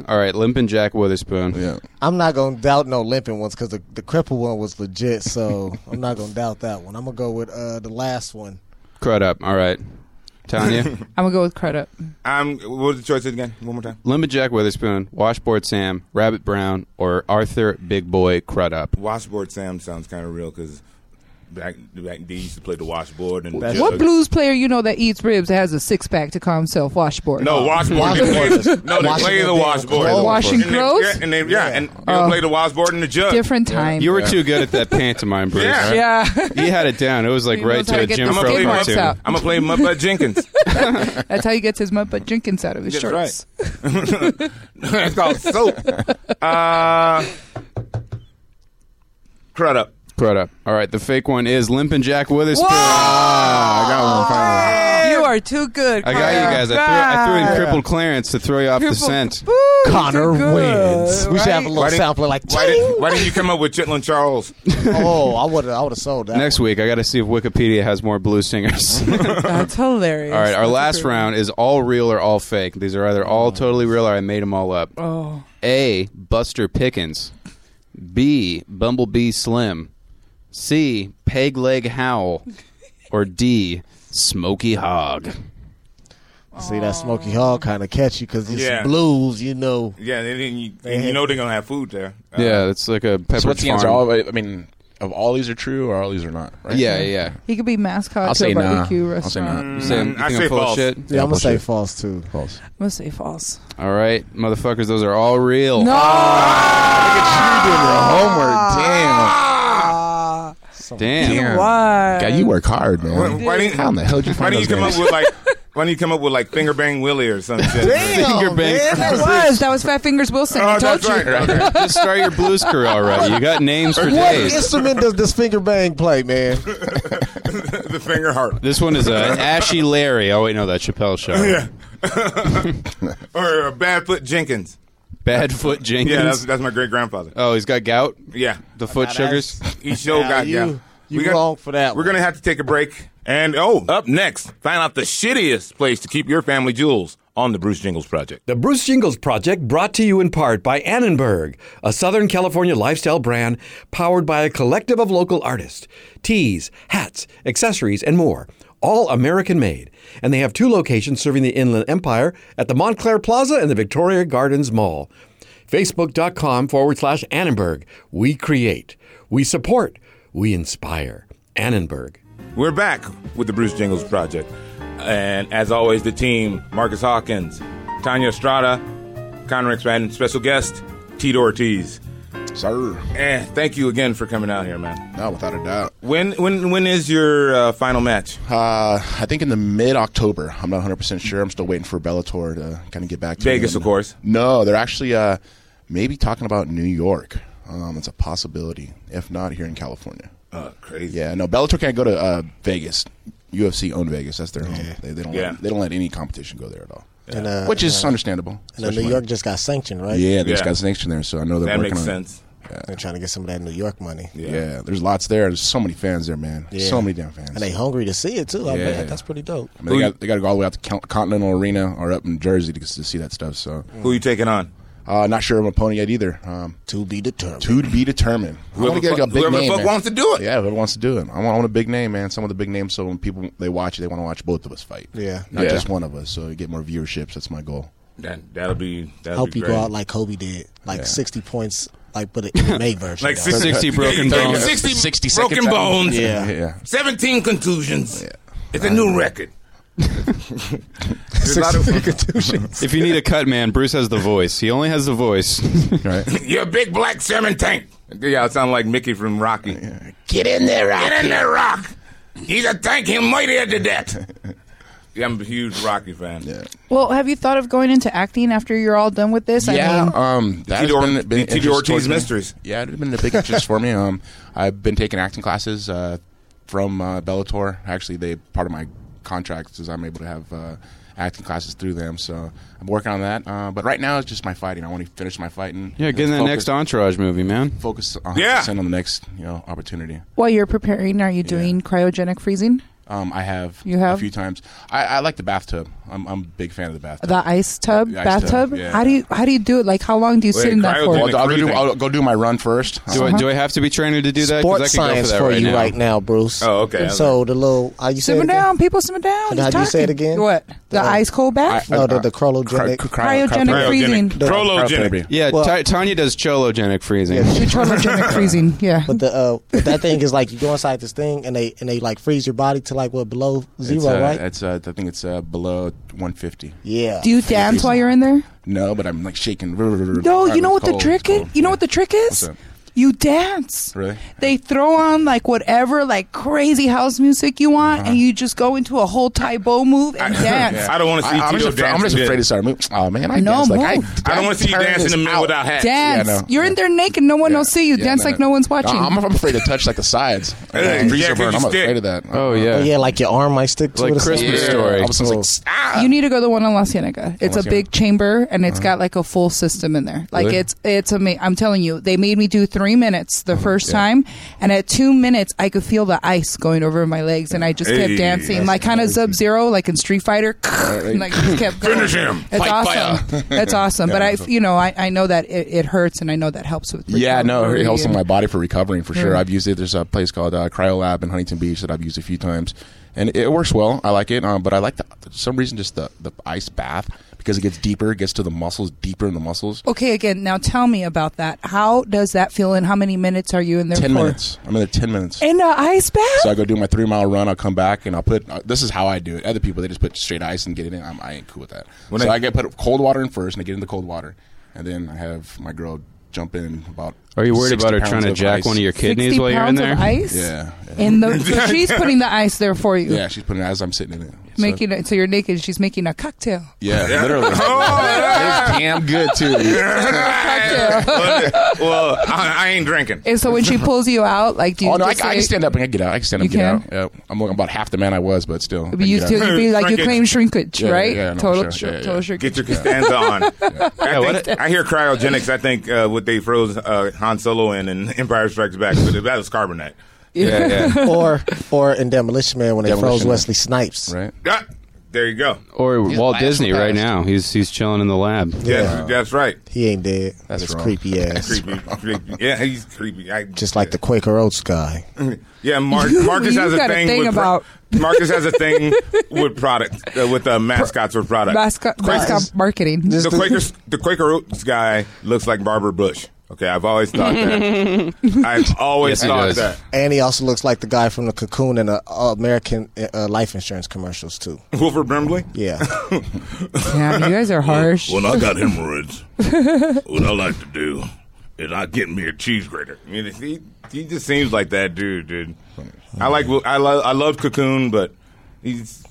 Speaker 5: A. All right, Limpin' Jack Witherspoon.
Speaker 14: Yeah.
Speaker 6: I'm not gonna doubt no limping ones because the, the cripple one was legit, so I'm not gonna doubt that one. I'm gonna go with uh, the last one.
Speaker 5: Crudup. All right, Tanya.
Speaker 7: I'm gonna go with credit.
Speaker 4: I'm. What was the choices again? One more time.
Speaker 5: Limpin' Jack Witherspoon, Washboard Sam, Rabbit Brown, or Arthur Big Boy Crudup.
Speaker 4: Washboard Sam sounds kind of real because back back they used to play the washboard and
Speaker 7: What blues player you know that eats ribs that has a six pack to call himself washboard?
Speaker 4: No, washboard. they play, no, they
Speaker 6: Washboard.
Speaker 4: play the washboard.
Speaker 6: Oh,
Speaker 4: And
Speaker 7: washing
Speaker 4: they-
Speaker 7: clothes?
Speaker 4: Yeah, and they, yeah, and they
Speaker 7: Oh.
Speaker 4: play the washboard and the jug.
Speaker 7: Different time.
Speaker 5: You were too good at that pantomime, Bruce.
Speaker 4: Yeah.
Speaker 7: yeah.
Speaker 5: He had it down. It was like
Speaker 7: He
Speaker 5: right
Speaker 7: knows how
Speaker 5: to a
Speaker 7: to get
Speaker 5: Jim
Speaker 7: the
Speaker 4: I'm
Speaker 5: Crow
Speaker 7: skate marks
Speaker 5: cartoon.
Speaker 7: out.
Speaker 4: gonna play Muppet Jenkins.
Speaker 7: That's how he gets his Muppet Jenkins out of his
Speaker 4: That's
Speaker 7: shorts.
Speaker 4: That's called soap. Uh, crud up.
Speaker 5: Crudup. All right, the fake one is Limpin' Jack Witherspoon.
Speaker 14: I got one finally.
Speaker 7: You are too good.
Speaker 5: I got you
Speaker 7: Connor.
Speaker 5: guys. I threw, I threw in crippled Clarence to throw you off the
Speaker 7: Crippled-
Speaker 5: scent.
Speaker 7: Woo, you're
Speaker 6: Connor
Speaker 7: too good,
Speaker 6: wins. We should have a
Speaker 7: Uh, right?
Speaker 6: little
Speaker 4: Why didn't-
Speaker 6: sampler like.
Speaker 4: Why didn't, why didn't you come up with Chitlin Charles?
Speaker 6: Oh, I would I would have sold that.
Speaker 5: Next week, I got to see if Wikipedia has more blues singers.
Speaker 7: That's hilarious.
Speaker 5: all right, our last round is all real or all fake. These are either all totally real or I made them all up.
Speaker 7: Oh.
Speaker 5: A. Buster Pickens. B. Bumblebee Slim. C. Peg Leg Howl. Or D. Smoky Hog.
Speaker 6: One. See that Smoky Hall kind of catch you because it's
Speaker 4: Yeah.
Speaker 6: blues, you know.
Speaker 4: Yeah, they didn't, you, and you know they're gonna have food there. Uh,
Speaker 5: Yeah, it's like a pepper
Speaker 14: So what's the answer?
Speaker 5: farm.
Speaker 14: All, I mean, of all these are true or all these are not, right?
Speaker 5: yeah, yeah.
Speaker 7: He could be mascot
Speaker 14: I'll
Speaker 7: to
Speaker 14: say
Speaker 7: a
Speaker 14: nah.
Speaker 7: barbecue
Speaker 14: I'll say
Speaker 7: restaurant.
Speaker 14: nah.
Speaker 5: You saying, you
Speaker 4: Mm, I
Speaker 5: think
Speaker 4: say
Speaker 5: I'm full
Speaker 4: false.
Speaker 5: of shit?
Speaker 6: Yeah, I'm gonna say
Speaker 14: bullshit.
Speaker 6: false too.
Speaker 14: False.
Speaker 7: I'm gonna say false.
Speaker 5: All right, motherfuckers, those are all real.
Speaker 7: No.
Speaker 14: homework. Damn.
Speaker 7: Uh,
Speaker 5: Damn.
Speaker 7: Why?
Speaker 14: God, you work hard, man.
Speaker 4: Why didn't-
Speaker 14: How in the hell did you
Speaker 4: Why
Speaker 14: find
Speaker 4: didn't you
Speaker 14: those
Speaker 4: come
Speaker 14: names?
Speaker 4: up with like? Why didn't you come up with like Finger Bang Willie or some shit?
Speaker 5: Finger bang.
Speaker 7: That was that was Fat Fingers Wilson. I
Speaker 4: Oh,
Speaker 7: told
Speaker 4: that's
Speaker 7: you.
Speaker 4: right. right.
Speaker 5: Just start your blues career already. You got names for
Speaker 6: What
Speaker 5: days.
Speaker 6: instrument does this finger bang play, man?
Speaker 4: the finger heart.
Speaker 5: This one is uh, an Ashy Larry. Oh wait, no, that Chappelle show.
Speaker 4: Or uh, Badfoot Jenkins.
Speaker 5: Badfoot Jenkins.
Speaker 4: Yeah, that's, that's my great grandfather.
Speaker 5: oh, he's got gout.
Speaker 4: Yeah,
Speaker 5: The foot sugars.
Speaker 4: he sure
Speaker 6: Now,
Speaker 4: got
Speaker 6: you-
Speaker 4: yeah.
Speaker 6: you
Speaker 4: got-
Speaker 6: wrong for that
Speaker 4: We're
Speaker 6: one.
Speaker 4: gonna have to take a break. And oh, up next, find out the shittiest place to keep your family jewels on the Bruce Jingles Project.
Speaker 15: The Bruce Jingles Project brought to you in part by Annenberg, a Southern California lifestyle brand powered by a collective of local artists. Teas, hats, accessories, and more. All American made. And they have two locations serving the Inland Empire at the Montclair Plaza and the Victoria Gardens Mall. Facebook.com forward slash Annenberg. We create, we support, we inspire. Annenberg.
Speaker 4: We're back with the Bruce Jingles Project. And as always, the team Marcus Hawkins, Tanya Estrada, Conrad Span, special guest Tito Ortiz.
Speaker 8: Sir.
Speaker 4: And thank you again for coming out here, man.
Speaker 8: No, without a doubt.
Speaker 4: When when when is your uh, final match?
Speaker 8: Uh, I think in the mid October. I'm not 100% sure. I'm still waiting for Bellator to kind of get back to me.
Speaker 4: Vegas, of course.
Speaker 8: No, they're actually uh, maybe talking about New York. Um, it's a possibility, if not here in California.
Speaker 4: Uh, crazy.
Speaker 8: Yeah, no, Bellator can't go to uh, Vegas. UFC owned Vegas. That's their home. They, they don't.
Speaker 4: Yeah.
Speaker 8: Let, they don't let any competition go there at all,
Speaker 6: And, uh,
Speaker 8: which is understandable.
Speaker 6: and then New
Speaker 8: especially-
Speaker 6: York just got sanctioned, right?
Speaker 8: Yeah, they just
Speaker 4: Yeah.
Speaker 8: got sanctioned there, so I know they're
Speaker 4: That
Speaker 8: working
Speaker 4: makes
Speaker 8: on it.
Speaker 4: sense.
Speaker 6: They're trying to get some of that New York money.
Speaker 8: Yeah. there's lots there. There's so many fans there, man.
Speaker 6: Yeah.
Speaker 8: So many damn fans.
Speaker 6: And they hungry to see it too. I
Speaker 8: Yeah.
Speaker 6: bet that's pretty dope.
Speaker 8: I mean, they, got, they got to go all the way out to Cal- Continental Arena or up in Jersey to, to see that stuff. So,
Speaker 4: Who you taking on?
Speaker 8: uh, not sure of my opponent yet either. Um,
Speaker 6: To be determined.
Speaker 8: to be determined. I
Speaker 4: Whoever
Speaker 8: want to get like,
Speaker 4: fu-
Speaker 8: a big
Speaker 4: whoever
Speaker 8: name.
Speaker 4: fuck
Speaker 8: man.
Speaker 4: wants to do it.
Speaker 8: Yeah, whoever wants to do it. I want, I want a big name, man. Some of the big names. So when people they watch it, they want to watch both of us fight.
Speaker 6: Yeah.
Speaker 8: not
Speaker 4: Yeah.
Speaker 8: just one of us. So you get more viewerships. That's my goal.
Speaker 4: That that'll be. That'll
Speaker 6: Hope
Speaker 4: be
Speaker 6: you
Speaker 4: great.
Speaker 6: go out like Kobe did, like sixty points, like put an MMA version.
Speaker 4: Like
Speaker 6: out.
Speaker 5: 60
Speaker 4: Taking
Speaker 5: broken bones.
Speaker 4: 60,
Speaker 8: 60 second
Speaker 4: broken
Speaker 8: time.
Speaker 4: bones.
Speaker 6: Yeah.
Speaker 8: yeah.
Speaker 4: 17 contusions. It's a new record. There's a lot of-
Speaker 5: If you need a cut man, Bruce has the voice. He only has the voice.
Speaker 8: Right.
Speaker 4: You're a big black salmon tank. Yeah, I sound like Mickey from Rocky.
Speaker 8: get in there,
Speaker 4: Get in there, Rock. He's a tank. He'll mightier to death. Yeah, I'm a huge Rocky fan.
Speaker 8: Yeah.
Speaker 7: Well, have you thought of going into acting after you're all done with this? I
Speaker 8: Yeah,
Speaker 7: mean,
Speaker 8: um, that
Speaker 4: T.D. Or-
Speaker 8: has been, been an
Speaker 4: T.D.
Speaker 8: interest
Speaker 4: Ortiz
Speaker 8: towards me.
Speaker 4: Mysteries.
Speaker 8: Yeah, it's been a big interest for me. Um, I've been taking acting classes uh, from uh, Bellator. Actually, they part of my contract is I'm able to have uh, acting classes through them. So I'm working on that. Uh, but right now, it's just my fighting. I want to finish my fighting.
Speaker 5: yeah, get in that next entourage movie, man.
Speaker 8: Focus 100%
Speaker 4: Yeah.
Speaker 8: on the next you know opportunity.
Speaker 7: while you're preparing, are you doing cryogenic freezing?
Speaker 8: Um, I have
Speaker 7: You have?
Speaker 8: a few times. I, I like the bathtub. I'm, I'm a big fan of the bathtub.
Speaker 7: The ice tub,
Speaker 8: The ice
Speaker 7: bathtub.
Speaker 8: tub, yeah.
Speaker 7: How do you how do you do it? Like how long do you sit
Speaker 4: Wait,
Speaker 7: in that for?
Speaker 8: Well,
Speaker 4: cryogenic-
Speaker 8: I'll, go do,
Speaker 4: Freezing.
Speaker 8: I'll go do my run first. Um,
Speaker 5: Do I, do I have to be trained to do that? 'Cause I
Speaker 6: Uh-huh. Sports
Speaker 5: could go for
Speaker 6: science
Speaker 5: that
Speaker 6: for
Speaker 5: right
Speaker 6: you
Speaker 5: now.
Speaker 6: right now, Bruce.
Speaker 4: Oh, okay.
Speaker 6: So the little, are you
Speaker 7: Sit
Speaker 6: saying
Speaker 7: them down, people. Sit them down.
Speaker 6: How
Speaker 7: He's
Speaker 6: do you say it
Speaker 7: talking.
Speaker 6: again? Uh,
Speaker 7: What the
Speaker 6: The-
Speaker 7: ice cold bath?
Speaker 6: No, the, the cryogenic.
Speaker 7: Cryogenic freezing.
Speaker 4: Prologenic.
Speaker 8: Cryotherapy.
Speaker 5: Yeah,
Speaker 6: Well-
Speaker 5: Ti- Tanya does chologenic freezing.
Speaker 6: Yeah.
Speaker 7: Do cryogenic freezing. Yeah.
Speaker 6: But the uh, but that thing is like you go inside this thing and they and they like freeze your body to like what below zero,
Speaker 8: it's, uh,
Speaker 6: right?
Speaker 8: It's uh, I think it's uh, below 150.
Speaker 6: yeah.
Speaker 7: do you dance while you're in there?
Speaker 8: No, but I'm like shaking.
Speaker 7: No,
Speaker 8: No,
Speaker 7: you know what the trick is? You know what the trick
Speaker 8: What's
Speaker 7: is?
Speaker 8: that?
Speaker 7: You dance.
Speaker 8: Really?
Speaker 7: They throw on like whatever like crazy house music you want,
Speaker 8: Uh-huh.
Speaker 7: and you just go into a whole Tai Bo move and dance.
Speaker 4: I don't want to see
Speaker 8: I'm,
Speaker 4: Tito
Speaker 8: just afraid, I'm
Speaker 4: dance.
Speaker 8: just afraid to
Speaker 4: again.
Speaker 8: start moving. Oh man, I
Speaker 7: No,
Speaker 8: dance like I,
Speaker 7: move.
Speaker 4: I don't want to see you
Speaker 8: turn
Speaker 4: dance in
Speaker 8: this
Speaker 4: the middle
Speaker 8: out.
Speaker 4: without hats.
Speaker 7: Dance.
Speaker 8: Yeah, I know.
Speaker 7: You're in there naked. No one
Speaker 8: Yeah.
Speaker 7: will see you.
Speaker 8: Yeah,
Speaker 7: dance like no one's watching.
Speaker 8: No, I'm, I'm afraid to touch like the sides.
Speaker 4: Hey,
Speaker 8: Uh, freezer
Speaker 4: Jack,
Speaker 8: burn.
Speaker 4: you
Speaker 8: I'm
Speaker 4: stick.
Speaker 8: afraid of that.
Speaker 5: Oh, yeah.
Speaker 6: Oh, yeah, like your arm might stick to
Speaker 5: Like
Speaker 6: it. or something.
Speaker 5: Christmas
Speaker 8: Yeah.
Speaker 5: story.
Speaker 8: All of a sudden, it's
Speaker 6: Oh.
Speaker 8: like, ah.
Speaker 7: you need to go to the one on La Cienega. It's
Speaker 8: La
Speaker 7: a
Speaker 8: Cienega.
Speaker 7: big
Speaker 8: Uh-huh.
Speaker 7: chamber and it's got like a full system in there. Like
Speaker 5: Really?
Speaker 7: it's it's ama- I'm telling you, they made me do three minutes
Speaker 8: Uh-huh.
Speaker 7: the first time, and at two minutes I could feel the ice going over my legs, and I just
Speaker 4: Hey,
Speaker 7: kept dancing
Speaker 4: that's
Speaker 7: like kind of Sub Zero, like in Street Fighter, and, like just kept going.
Speaker 4: Finish him.
Speaker 7: It's
Speaker 8: Fight
Speaker 7: awesome.
Speaker 8: fire.
Speaker 7: That's awesome. but I, you know, I, I know that it, it hurts, and I know that helps with.
Speaker 8: Yeah, no, it helps
Speaker 7: recovery
Speaker 8: in
Speaker 7: and-
Speaker 8: my body for recovering for sure.
Speaker 7: Yeah.
Speaker 8: I've used it. There's a place called uh, Cryolab in Huntington Beach that I've used a few times, and it works well. I like it, um, but I like the, for some reason just the, the ice bath because it gets deeper, it gets to the muscles, deeper in the muscles.
Speaker 7: Okay, again, now tell me about that. How does that feel, and how many minutes are you in there?
Speaker 8: Ten
Speaker 7: for?
Speaker 8: minutes. I'm in there ten minutes.
Speaker 7: in the ice bath.
Speaker 8: So I go do my three mile run. I'll come back and I'll put. Uh, this is how I do it. Other people they just put straight ice and get it in. I'm, I ain't cool with that.
Speaker 4: When
Speaker 8: so
Speaker 4: I-
Speaker 8: I, get put cold water in first, and I get in the cold water, and then I have my girl jump in about.
Speaker 5: Are you worried
Speaker 8: 60
Speaker 5: about her
Speaker 8: pounds
Speaker 5: trying to
Speaker 8: of
Speaker 5: jack
Speaker 8: ice.
Speaker 5: one of your
Speaker 7: 60
Speaker 5: kidneys while you're in
Speaker 7: pounds
Speaker 5: there?
Speaker 7: Of ice?
Speaker 8: Yeah, yeah.
Speaker 7: In the, so she's putting the ice there for you.
Speaker 8: Yeah, she's putting it as I'm sitting in it. So-
Speaker 7: Making it so you're naked. and She's making a cocktail.
Speaker 8: yeah, literally.
Speaker 4: Oh,
Speaker 8: it's damn good too.
Speaker 4: well, well, I, I ain't drinking.
Speaker 7: And so when she pulls you out, like do you
Speaker 8: Oh no, I,
Speaker 7: just
Speaker 8: can- I can
Speaker 7: say-
Speaker 8: stand up and I can get out. I can stand up
Speaker 7: You
Speaker 8: and get out. Yeah, I'm about half the man I was, but still. I can
Speaker 7: You
Speaker 8: get
Speaker 7: still,
Speaker 8: out.
Speaker 7: you'd be like you
Speaker 4: Shrinkage.
Speaker 7: claim shrinkage,
Speaker 8: Yeah, yeah,
Speaker 7: right?
Speaker 8: yeah, no,
Speaker 7: total,
Speaker 8: sure,
Speaker 7: shri-
Speaker 8: yeah, yeah.
Speaker 7: total shrinkage.
Speaker 4: Get your Costanza on. I, think, I hear cryogenics. I think uh, what they froze uh, Han Solo in in Empire Strikes Back, but that was carbonite.
Speaker 8: Yeah, yeah.
Speaker 6: or or in Demolition Man when they
Speaker 8: Demolition
Speaker 6: froze
Speaker 8: Man.
Speaker 6: Wesley Snipes.
Speaker 8: right.
Speaker 4: Ah, There you go.
Speaker 5: Or
Speaker 14: He's
Speaker 5: Walt
Speaker 14: my actual
Speaker 5: Disney right
Speaker 14: past.
Speaker 5: now. He's he's chilling in the lab.
Speaker 4: Yes, that's right.
Speaker 6: He ain't dead.
Speaker 14: That's
Speaker 6: That's
Speaker 14: wrong.
Speaker 6: creepy ass.
Speaker 4: Creepy, creepy. Yeah, he's creepy. I,
Speaker 6: Just like the Quaker Oats guy.
Speaker 4: Mm. yeah. Mark,
Speaker 7: You-
Speaker 4: Marcus has
Speaker 7: you've
Speaker 4: a
Speaker 7: got a
Speaker 4: thing,
Speaker 7: thing
Speaker 4: with pro-
Speaker 7: about-
Speaker 4: Marcus has a thing with product uh, with uh, mascots with product.
Speaker 7: Mascot,
Speaker 4: Quakers-
Speaker 7: mascot marketing.
Speaker 4: the
Speaker 6: Just-
Speaker 4: Quaker the Quaker Oats guy looks like Barbara Bush. Okay, I've always thought that. I've always
Speaker 5: Yes, he
Speaker 4: thought
Speaker 5: does.
Speaker 4: that.
Speaker 6: And he also looks like the guy from the Cocoon and the uh, American uh, life insurance commercials too.
Speaker 4: Wilford Brimley.
Speaker 6: Yeah.
Speaker 7: Damn, you guys are harsh.
Speaker 13: When I got hemorrhoids, what I like to do is I get me a cheese grater.
Speaker 4: I mean, he he just seems like that dude, dude. I like Wil- I love I love Cocoon, but he's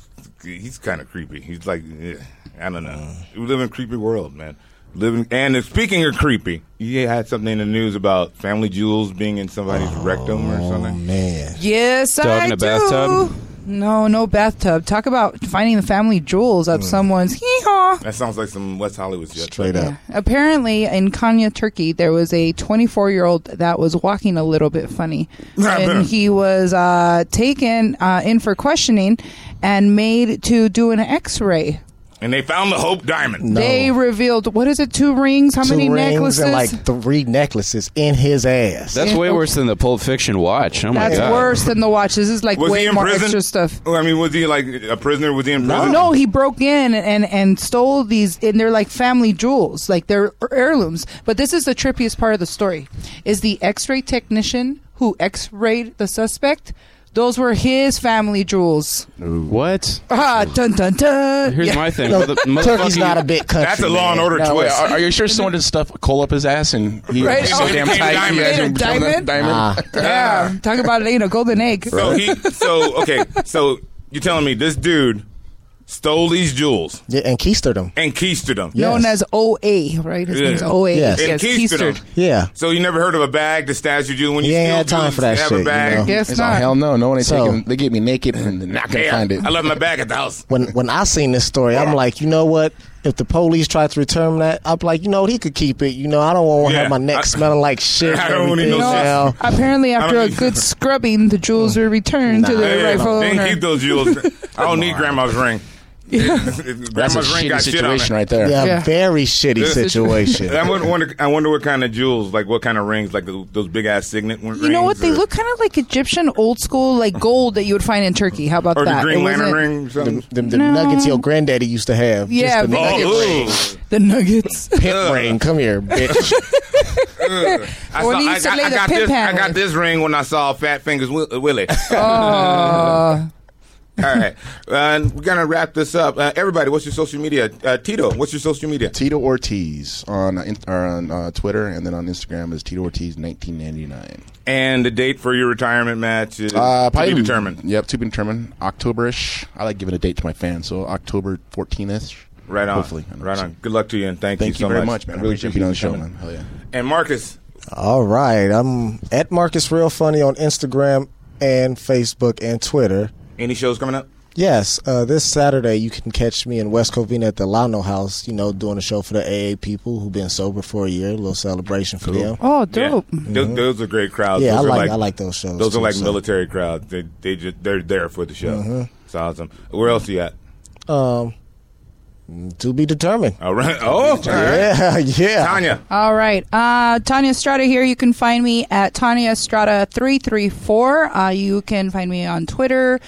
Speaker 4: he's kind of creepy. He's like eh, I don't know.
Speaker 7: Uh-huh.
Speaker 4: We live in a creepy world, man. Living and if- speaking of creepy, you had something in the news about family jewels being in somebody's rectum or
Speaker 6: oh
Speaker 4: something.
Speaker 6: man.
Speaker 7: Yes,
Speaker 5: Dog
Speaker 7: I
Speaker 5: in a
Speaker 7: do.
Speaker 5: bathtub?
Speaker 7: No, no bathtub. Talk about finding the family jewels
Speaker 8: Mm.
Speaker 7: up someone's hee haw.
Speaker 4: That sounds like some West Hollywood shit.
Speaker 6: Straight up.
Speaker 7: Apparently, in Konya, Turkey, there was a 24 year old that was walking a little bit funny. and he was uh, taken uh, in for questioning and made to do an x ray.
Speaker 4: And they found the Hope Diamond.
Speaker 7: They revealed, what is it, two rings? How
Speaker 6: Two
Speaker 7: many
Speaker 6: rings
Speaker 7: necklaces?
Speaker 6: and like three necklaces in his ass.
Speaker 5: That's
Speaker 7: Yeah.
Speaker 5: way worse than the Pulp Fiction watch. Oh my
Speaker 7: That's
Speaker 5: god.
Speaker 7: worse than the watch. This is like
Speaker 4: Was
Speaker 7: way
Speaker 4: he in
Speaker 7: more
Speaker 4: prison?
Speaker 7: extra stuff.
Speaker 4: Oh, I mean, was he like a prisoner? Was he in prison?
Speaker 7: No, he broke in and, and stole these, and they're like family jewels, like they're heirlooms. But this is the trippiest part of the story: is the X-ray technician who X-rayed the suspect. Those were his family jewels.
Speaker 5: What?
Speaker 7: Ah, dun dun dun.
Speaker 5: Here's
Speaker 7: Uh, Yeah.
Speaker 5: my thing.
Speaker 6: No,
Speaker 5: Mother-
Speaker 6: Turkey's
Speaker 5: motherfucking-
Speaker 6: not a big country.
Speaker 4: That's a Law and
Speaker 6: man.
Speaker 4: Order
Speaker 6: No,
Speaker 4: twist.
Speaker 6: it's-
Speaker 14: Are, are you sure someone didn't stuff coal up his ass and he
Speaker 7: Right?
Speaker 14: so
Speaker 7: Oh,
Speaker 14: damn
Speaker 4: made a
Speaker 14: tight?
Speaker 4: diamond.
Speaker 14: you guys
Speaker 7: Made a
Speaker 14: are-
Speaker 7: diamond?
Speaker 14: diamond?
Speaker 6: Ah.
Speaker 7: Yeah, talk about you know golden egg.
Speaker 4: So he so okay. So you're telling me this dude stole these jewels
Speaker 6: Yeah, and keistered him.
Speaker 4: and keistered them.
Speaker 7: Known
Speaker 6: Yes.
Speaker 7: as OA, right? His
Speaker 4: Yeah.
Speaker 7: name's OA.
Speaker 6: Yes.
Speaker 4: And keistered
Speaker 7: keistered.
Speaker 4: them.
Speaker 6: Yeah.
Speaker 4: So you never heard of a bag to stash your jewel when you
Speaker 6: He ain't
Speaker 4: steal
Speaker 6: had time
Speaker 4: jewels,
Speaker 6: for that
Speaker 4: you have
Speaker 6: shit,
Speaker 4: Oh. a
Speaker 6: you
Speaker 4: bag.
Speaker 6: know?
Speaker 7: Yes,
Speaker 14: It's
Speaker 7: not.
Speaker 14: all, hell no, no one ain't
Speaker 6: So-
Speaker 14: taking. They get me naked and they're not gonna
Speaker 4: Yeah,
Speaker 14: find it.
Speaker 4: I left my bag at the house.
Speaker 6: When when I seen this story, I'm like, you know what? If the police tried to return that, I'm like, you know what? He could keep it. You know, I don't want to
Speaker 4: Yeah.
Speaker 6: have my neck
Speaker 4: I-
Speaker 6: smelling like shit.
Speaker 4: I
Speaker 6: and
Speaker 4: don't want any
Speaker 6: everything,
Speaker 4: no
Speaker 6: you
Speaker 4: shit.
Speaker 6: know?
Speaker 7: Apparently,
Speaker 4: don't
Speaker 7: after a
Speaker 4: need-
Speaker 7: good scrubbing, the jewels were returned to
Speaker 6: Nah.
Speaker 7: their
Speaker 6: Yeah,
Speaker 4: Hey,
Speaker 7: rightful
Speaker 4: they
Speaker 7: owner.
Speaker 4: keep those jewels. I don't need grandma's ring.
Speaker 14: That's a
Speaker 4: grandma's ring
Speaker 14: shitty
Speaker 4: got shit on it.
Speaker 14: situation right there.
Speaker 6: Yeah,
Speaker 7: Yeah.
Speaker 6: very shitty
Speaker 4: This is-
Speaker 6: situation.
Speaker 4: I wonder, wonder- I wonder what kind of jewels, like what kind of rings, like the, those big ass signet rings.
Speaker 7: You know what? They
Speaker 4: or-
Speaker 7: look kind of like Egyptian old school, like gold that you would find in Turkey. How about
Speaker 4: Or the
Speaker 7: that?
Speaker 4: Green
Speaker 7: It wasn't-
Speaker 4: Lantern ring. or
Speaker 6: them
Speaker 4: something.
Speaker 6: them, them
Speaker 7: No.
Speaker 6: nuggets your granddaddy used to have. Just
Speaker 7: Yeah,
Speaker 6: the
Speaker 7: big
Speaker 6: nugget
Speaker 7: nuggets.
Speaker 4: Oh, ooh.
Speaker 7: The nuggets.
Speaker 6: pimp ring. Come here, bitch.
Speaker 4: I,
Speaker 7: When
Speaker 4: saw,
Speaker 7: he
Speaker 4: I,
Speaker 7: used to
Speaker 4: I-
Speaker 7: lay
Speaker 4: I
Speaker 7: the
Speaker 4: got
Speaker 7: pimp
Speaker 4: this.
Speaker 7: hand
Speaker 4: I got
Speaker 7: with.
Speaker 4: this ring when I saw Fat Fingers Wi- Willie.
Speaker 7: Uh,
Speaker 4: All right, uh, and we're gonna wrap this up. Uh, everybody, what's your social media? Uh, Tito, what's your social media?
Speaker 14: Tito Ortiz on uh, in, or on uh, Twitter and then on Instagram is Tito Ortiz 1999.
Speaker 4: And the date for your retirement match is to be
Speaker 14: Uh, probably-
Speaker 4: determined.
Speaker 14: Yep, to be determined. Octoberish. I like giving a date to my fans, so October 14th.
Speaker 4: Right on.
Speaker 14: Hopefully,
Speaker 4: right
Speaker 14: 100%.
Speaker 4: on. Good luck to you, and thank,
Speaker 14: Thank
Speaker 4: you so
Speaker 14: you very much, man. I really appreciate being on the show,
Speaker 4: coming.
Speaker 14: man. Hell yeah.
Speaker 4: And Marcus,
Speaker 6: All right, I'm at Marcus Real Funny on Instagram and Facebook and Twitter.
Speaker 4: any shows coming up?
Speaker 6: Yes, uh, this Saturday you can catch me in West Covina at the Lano House. You know, doing a show for the AA people who've been sober for a year. A little celebration for them.
Speaker 7: oh, dope.
Speaker 14: Mm-hmm.
Speaker 4: Those, those are great crowds.
Speaker 6: Yeah, I
Speaker 4: those are
Speaker 6: like, I like those shows.
Speaker 4: Those
Speaker 6: too,
Speaker 4: are like
Speaker 6: so.
Speaker 4: military crowds. They they just they're there for the show.
Speaker 14: Mm-hmm.
Speaker 4: It's awesome. Where else you at?
Speaker 6: um, to be determined.
Speaker 4: All right. Oh, all right.
Speaker 6: Yeah, yeah.
Speaker 4: Tanya.
Speaker 7: All right. Uh, Tanya Estrada here. You can find me at Tanya Estrada334. Uh, you can find me on Twitter,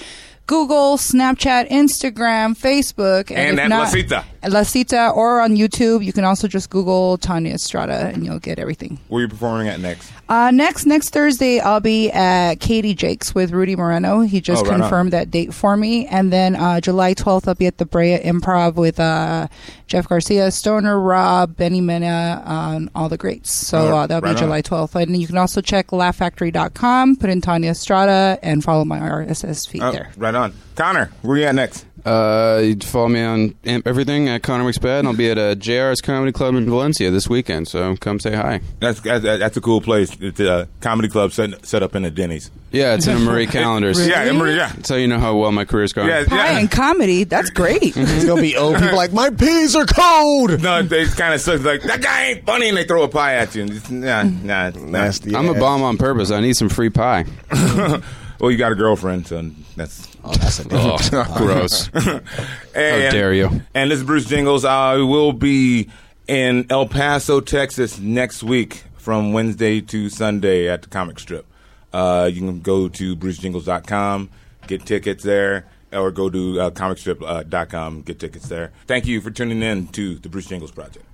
Speaker 7: Google, Snapchat, Instagram, Facebook.
Speaker 4: And
Speaker 7: if
Speaker 4: at La Cita.
Speaker 7: At La Cita or on YouTube. You can also just Google Tanya Estrada and you'll get everything.
Speaker 4: Where you performing at next?
Speaker 7: Uh, next next Thursday, I'll be at Katie Jakes with Rudy Moreno. He just
Speaker 4: Oh, right on.
Speaker 7: confirmed that date for me, and then uh, July twelfth, I'll be at the Brea Improv with uh, Jeff Garcia, Stoner, Rob, Benny Mena, uh, and all the greats. So
Speaker 4: Oh,
Speaker 7: uh, that'll
Speaker 4: right
Speaker 7: be
Speaker 4: on.
Speaker 7: July twelfth, and you can also check laughfactory.com, put in Tanya Estrada, and follow my RSS feed
Speaker 4: Oh,
Speaker 7: there.
Speaker 4: right on. Connor, where you at next?
Speaker 5: Uh, you can follow me on em- everything at Connor McSpad, and I'll be at uh, JR's Comedy Club in Valencia this weekend. So come say hi.
Speaker 4: That's that's, that's a cool place. It's a comedy club set, set up in a Denny's.
Speaker 5: Yeah, it's in a Marie calendars.
Speaker 4: Yeah, Emory, yeah.
Speaker 5: So you know how well my career's going.
Speaker 4: Yeah,
Speaker 7: Hi,
Speaker 4: yeah.
Speaker 7: and comedy. That's great.
Speaker 6: It's gonna be old people like my peas are cold.
Speaker 4: No, they kind of sucks. Like that guy ain't funny, and they throw a pie at you. It's, nah, nah, it's not.
Speaker 6: Nasty.
Speaker 5: I'm a
Speaker 6: ass.
Speaker 5: bomb on purpose. I need some free pie.
Speaker 4: Well, you got a girlfriend, so that's.
Speaker 6: Oh, that's a different.
Speaker 5: Oh, gross.
Speaker 4: And,
Speaker 5: dare you.
Speaker 4: And this is Bruce Jingles. I will be in El Paso, Texas next week from Wednesday to Sunday at the comic strip. Uh, you can go to brucejingles.com, get tickets there, or go to uh, comicstrip.com, uh, dot com, get tickets there. Thank you for tuning in to the Bruce Jingles Project.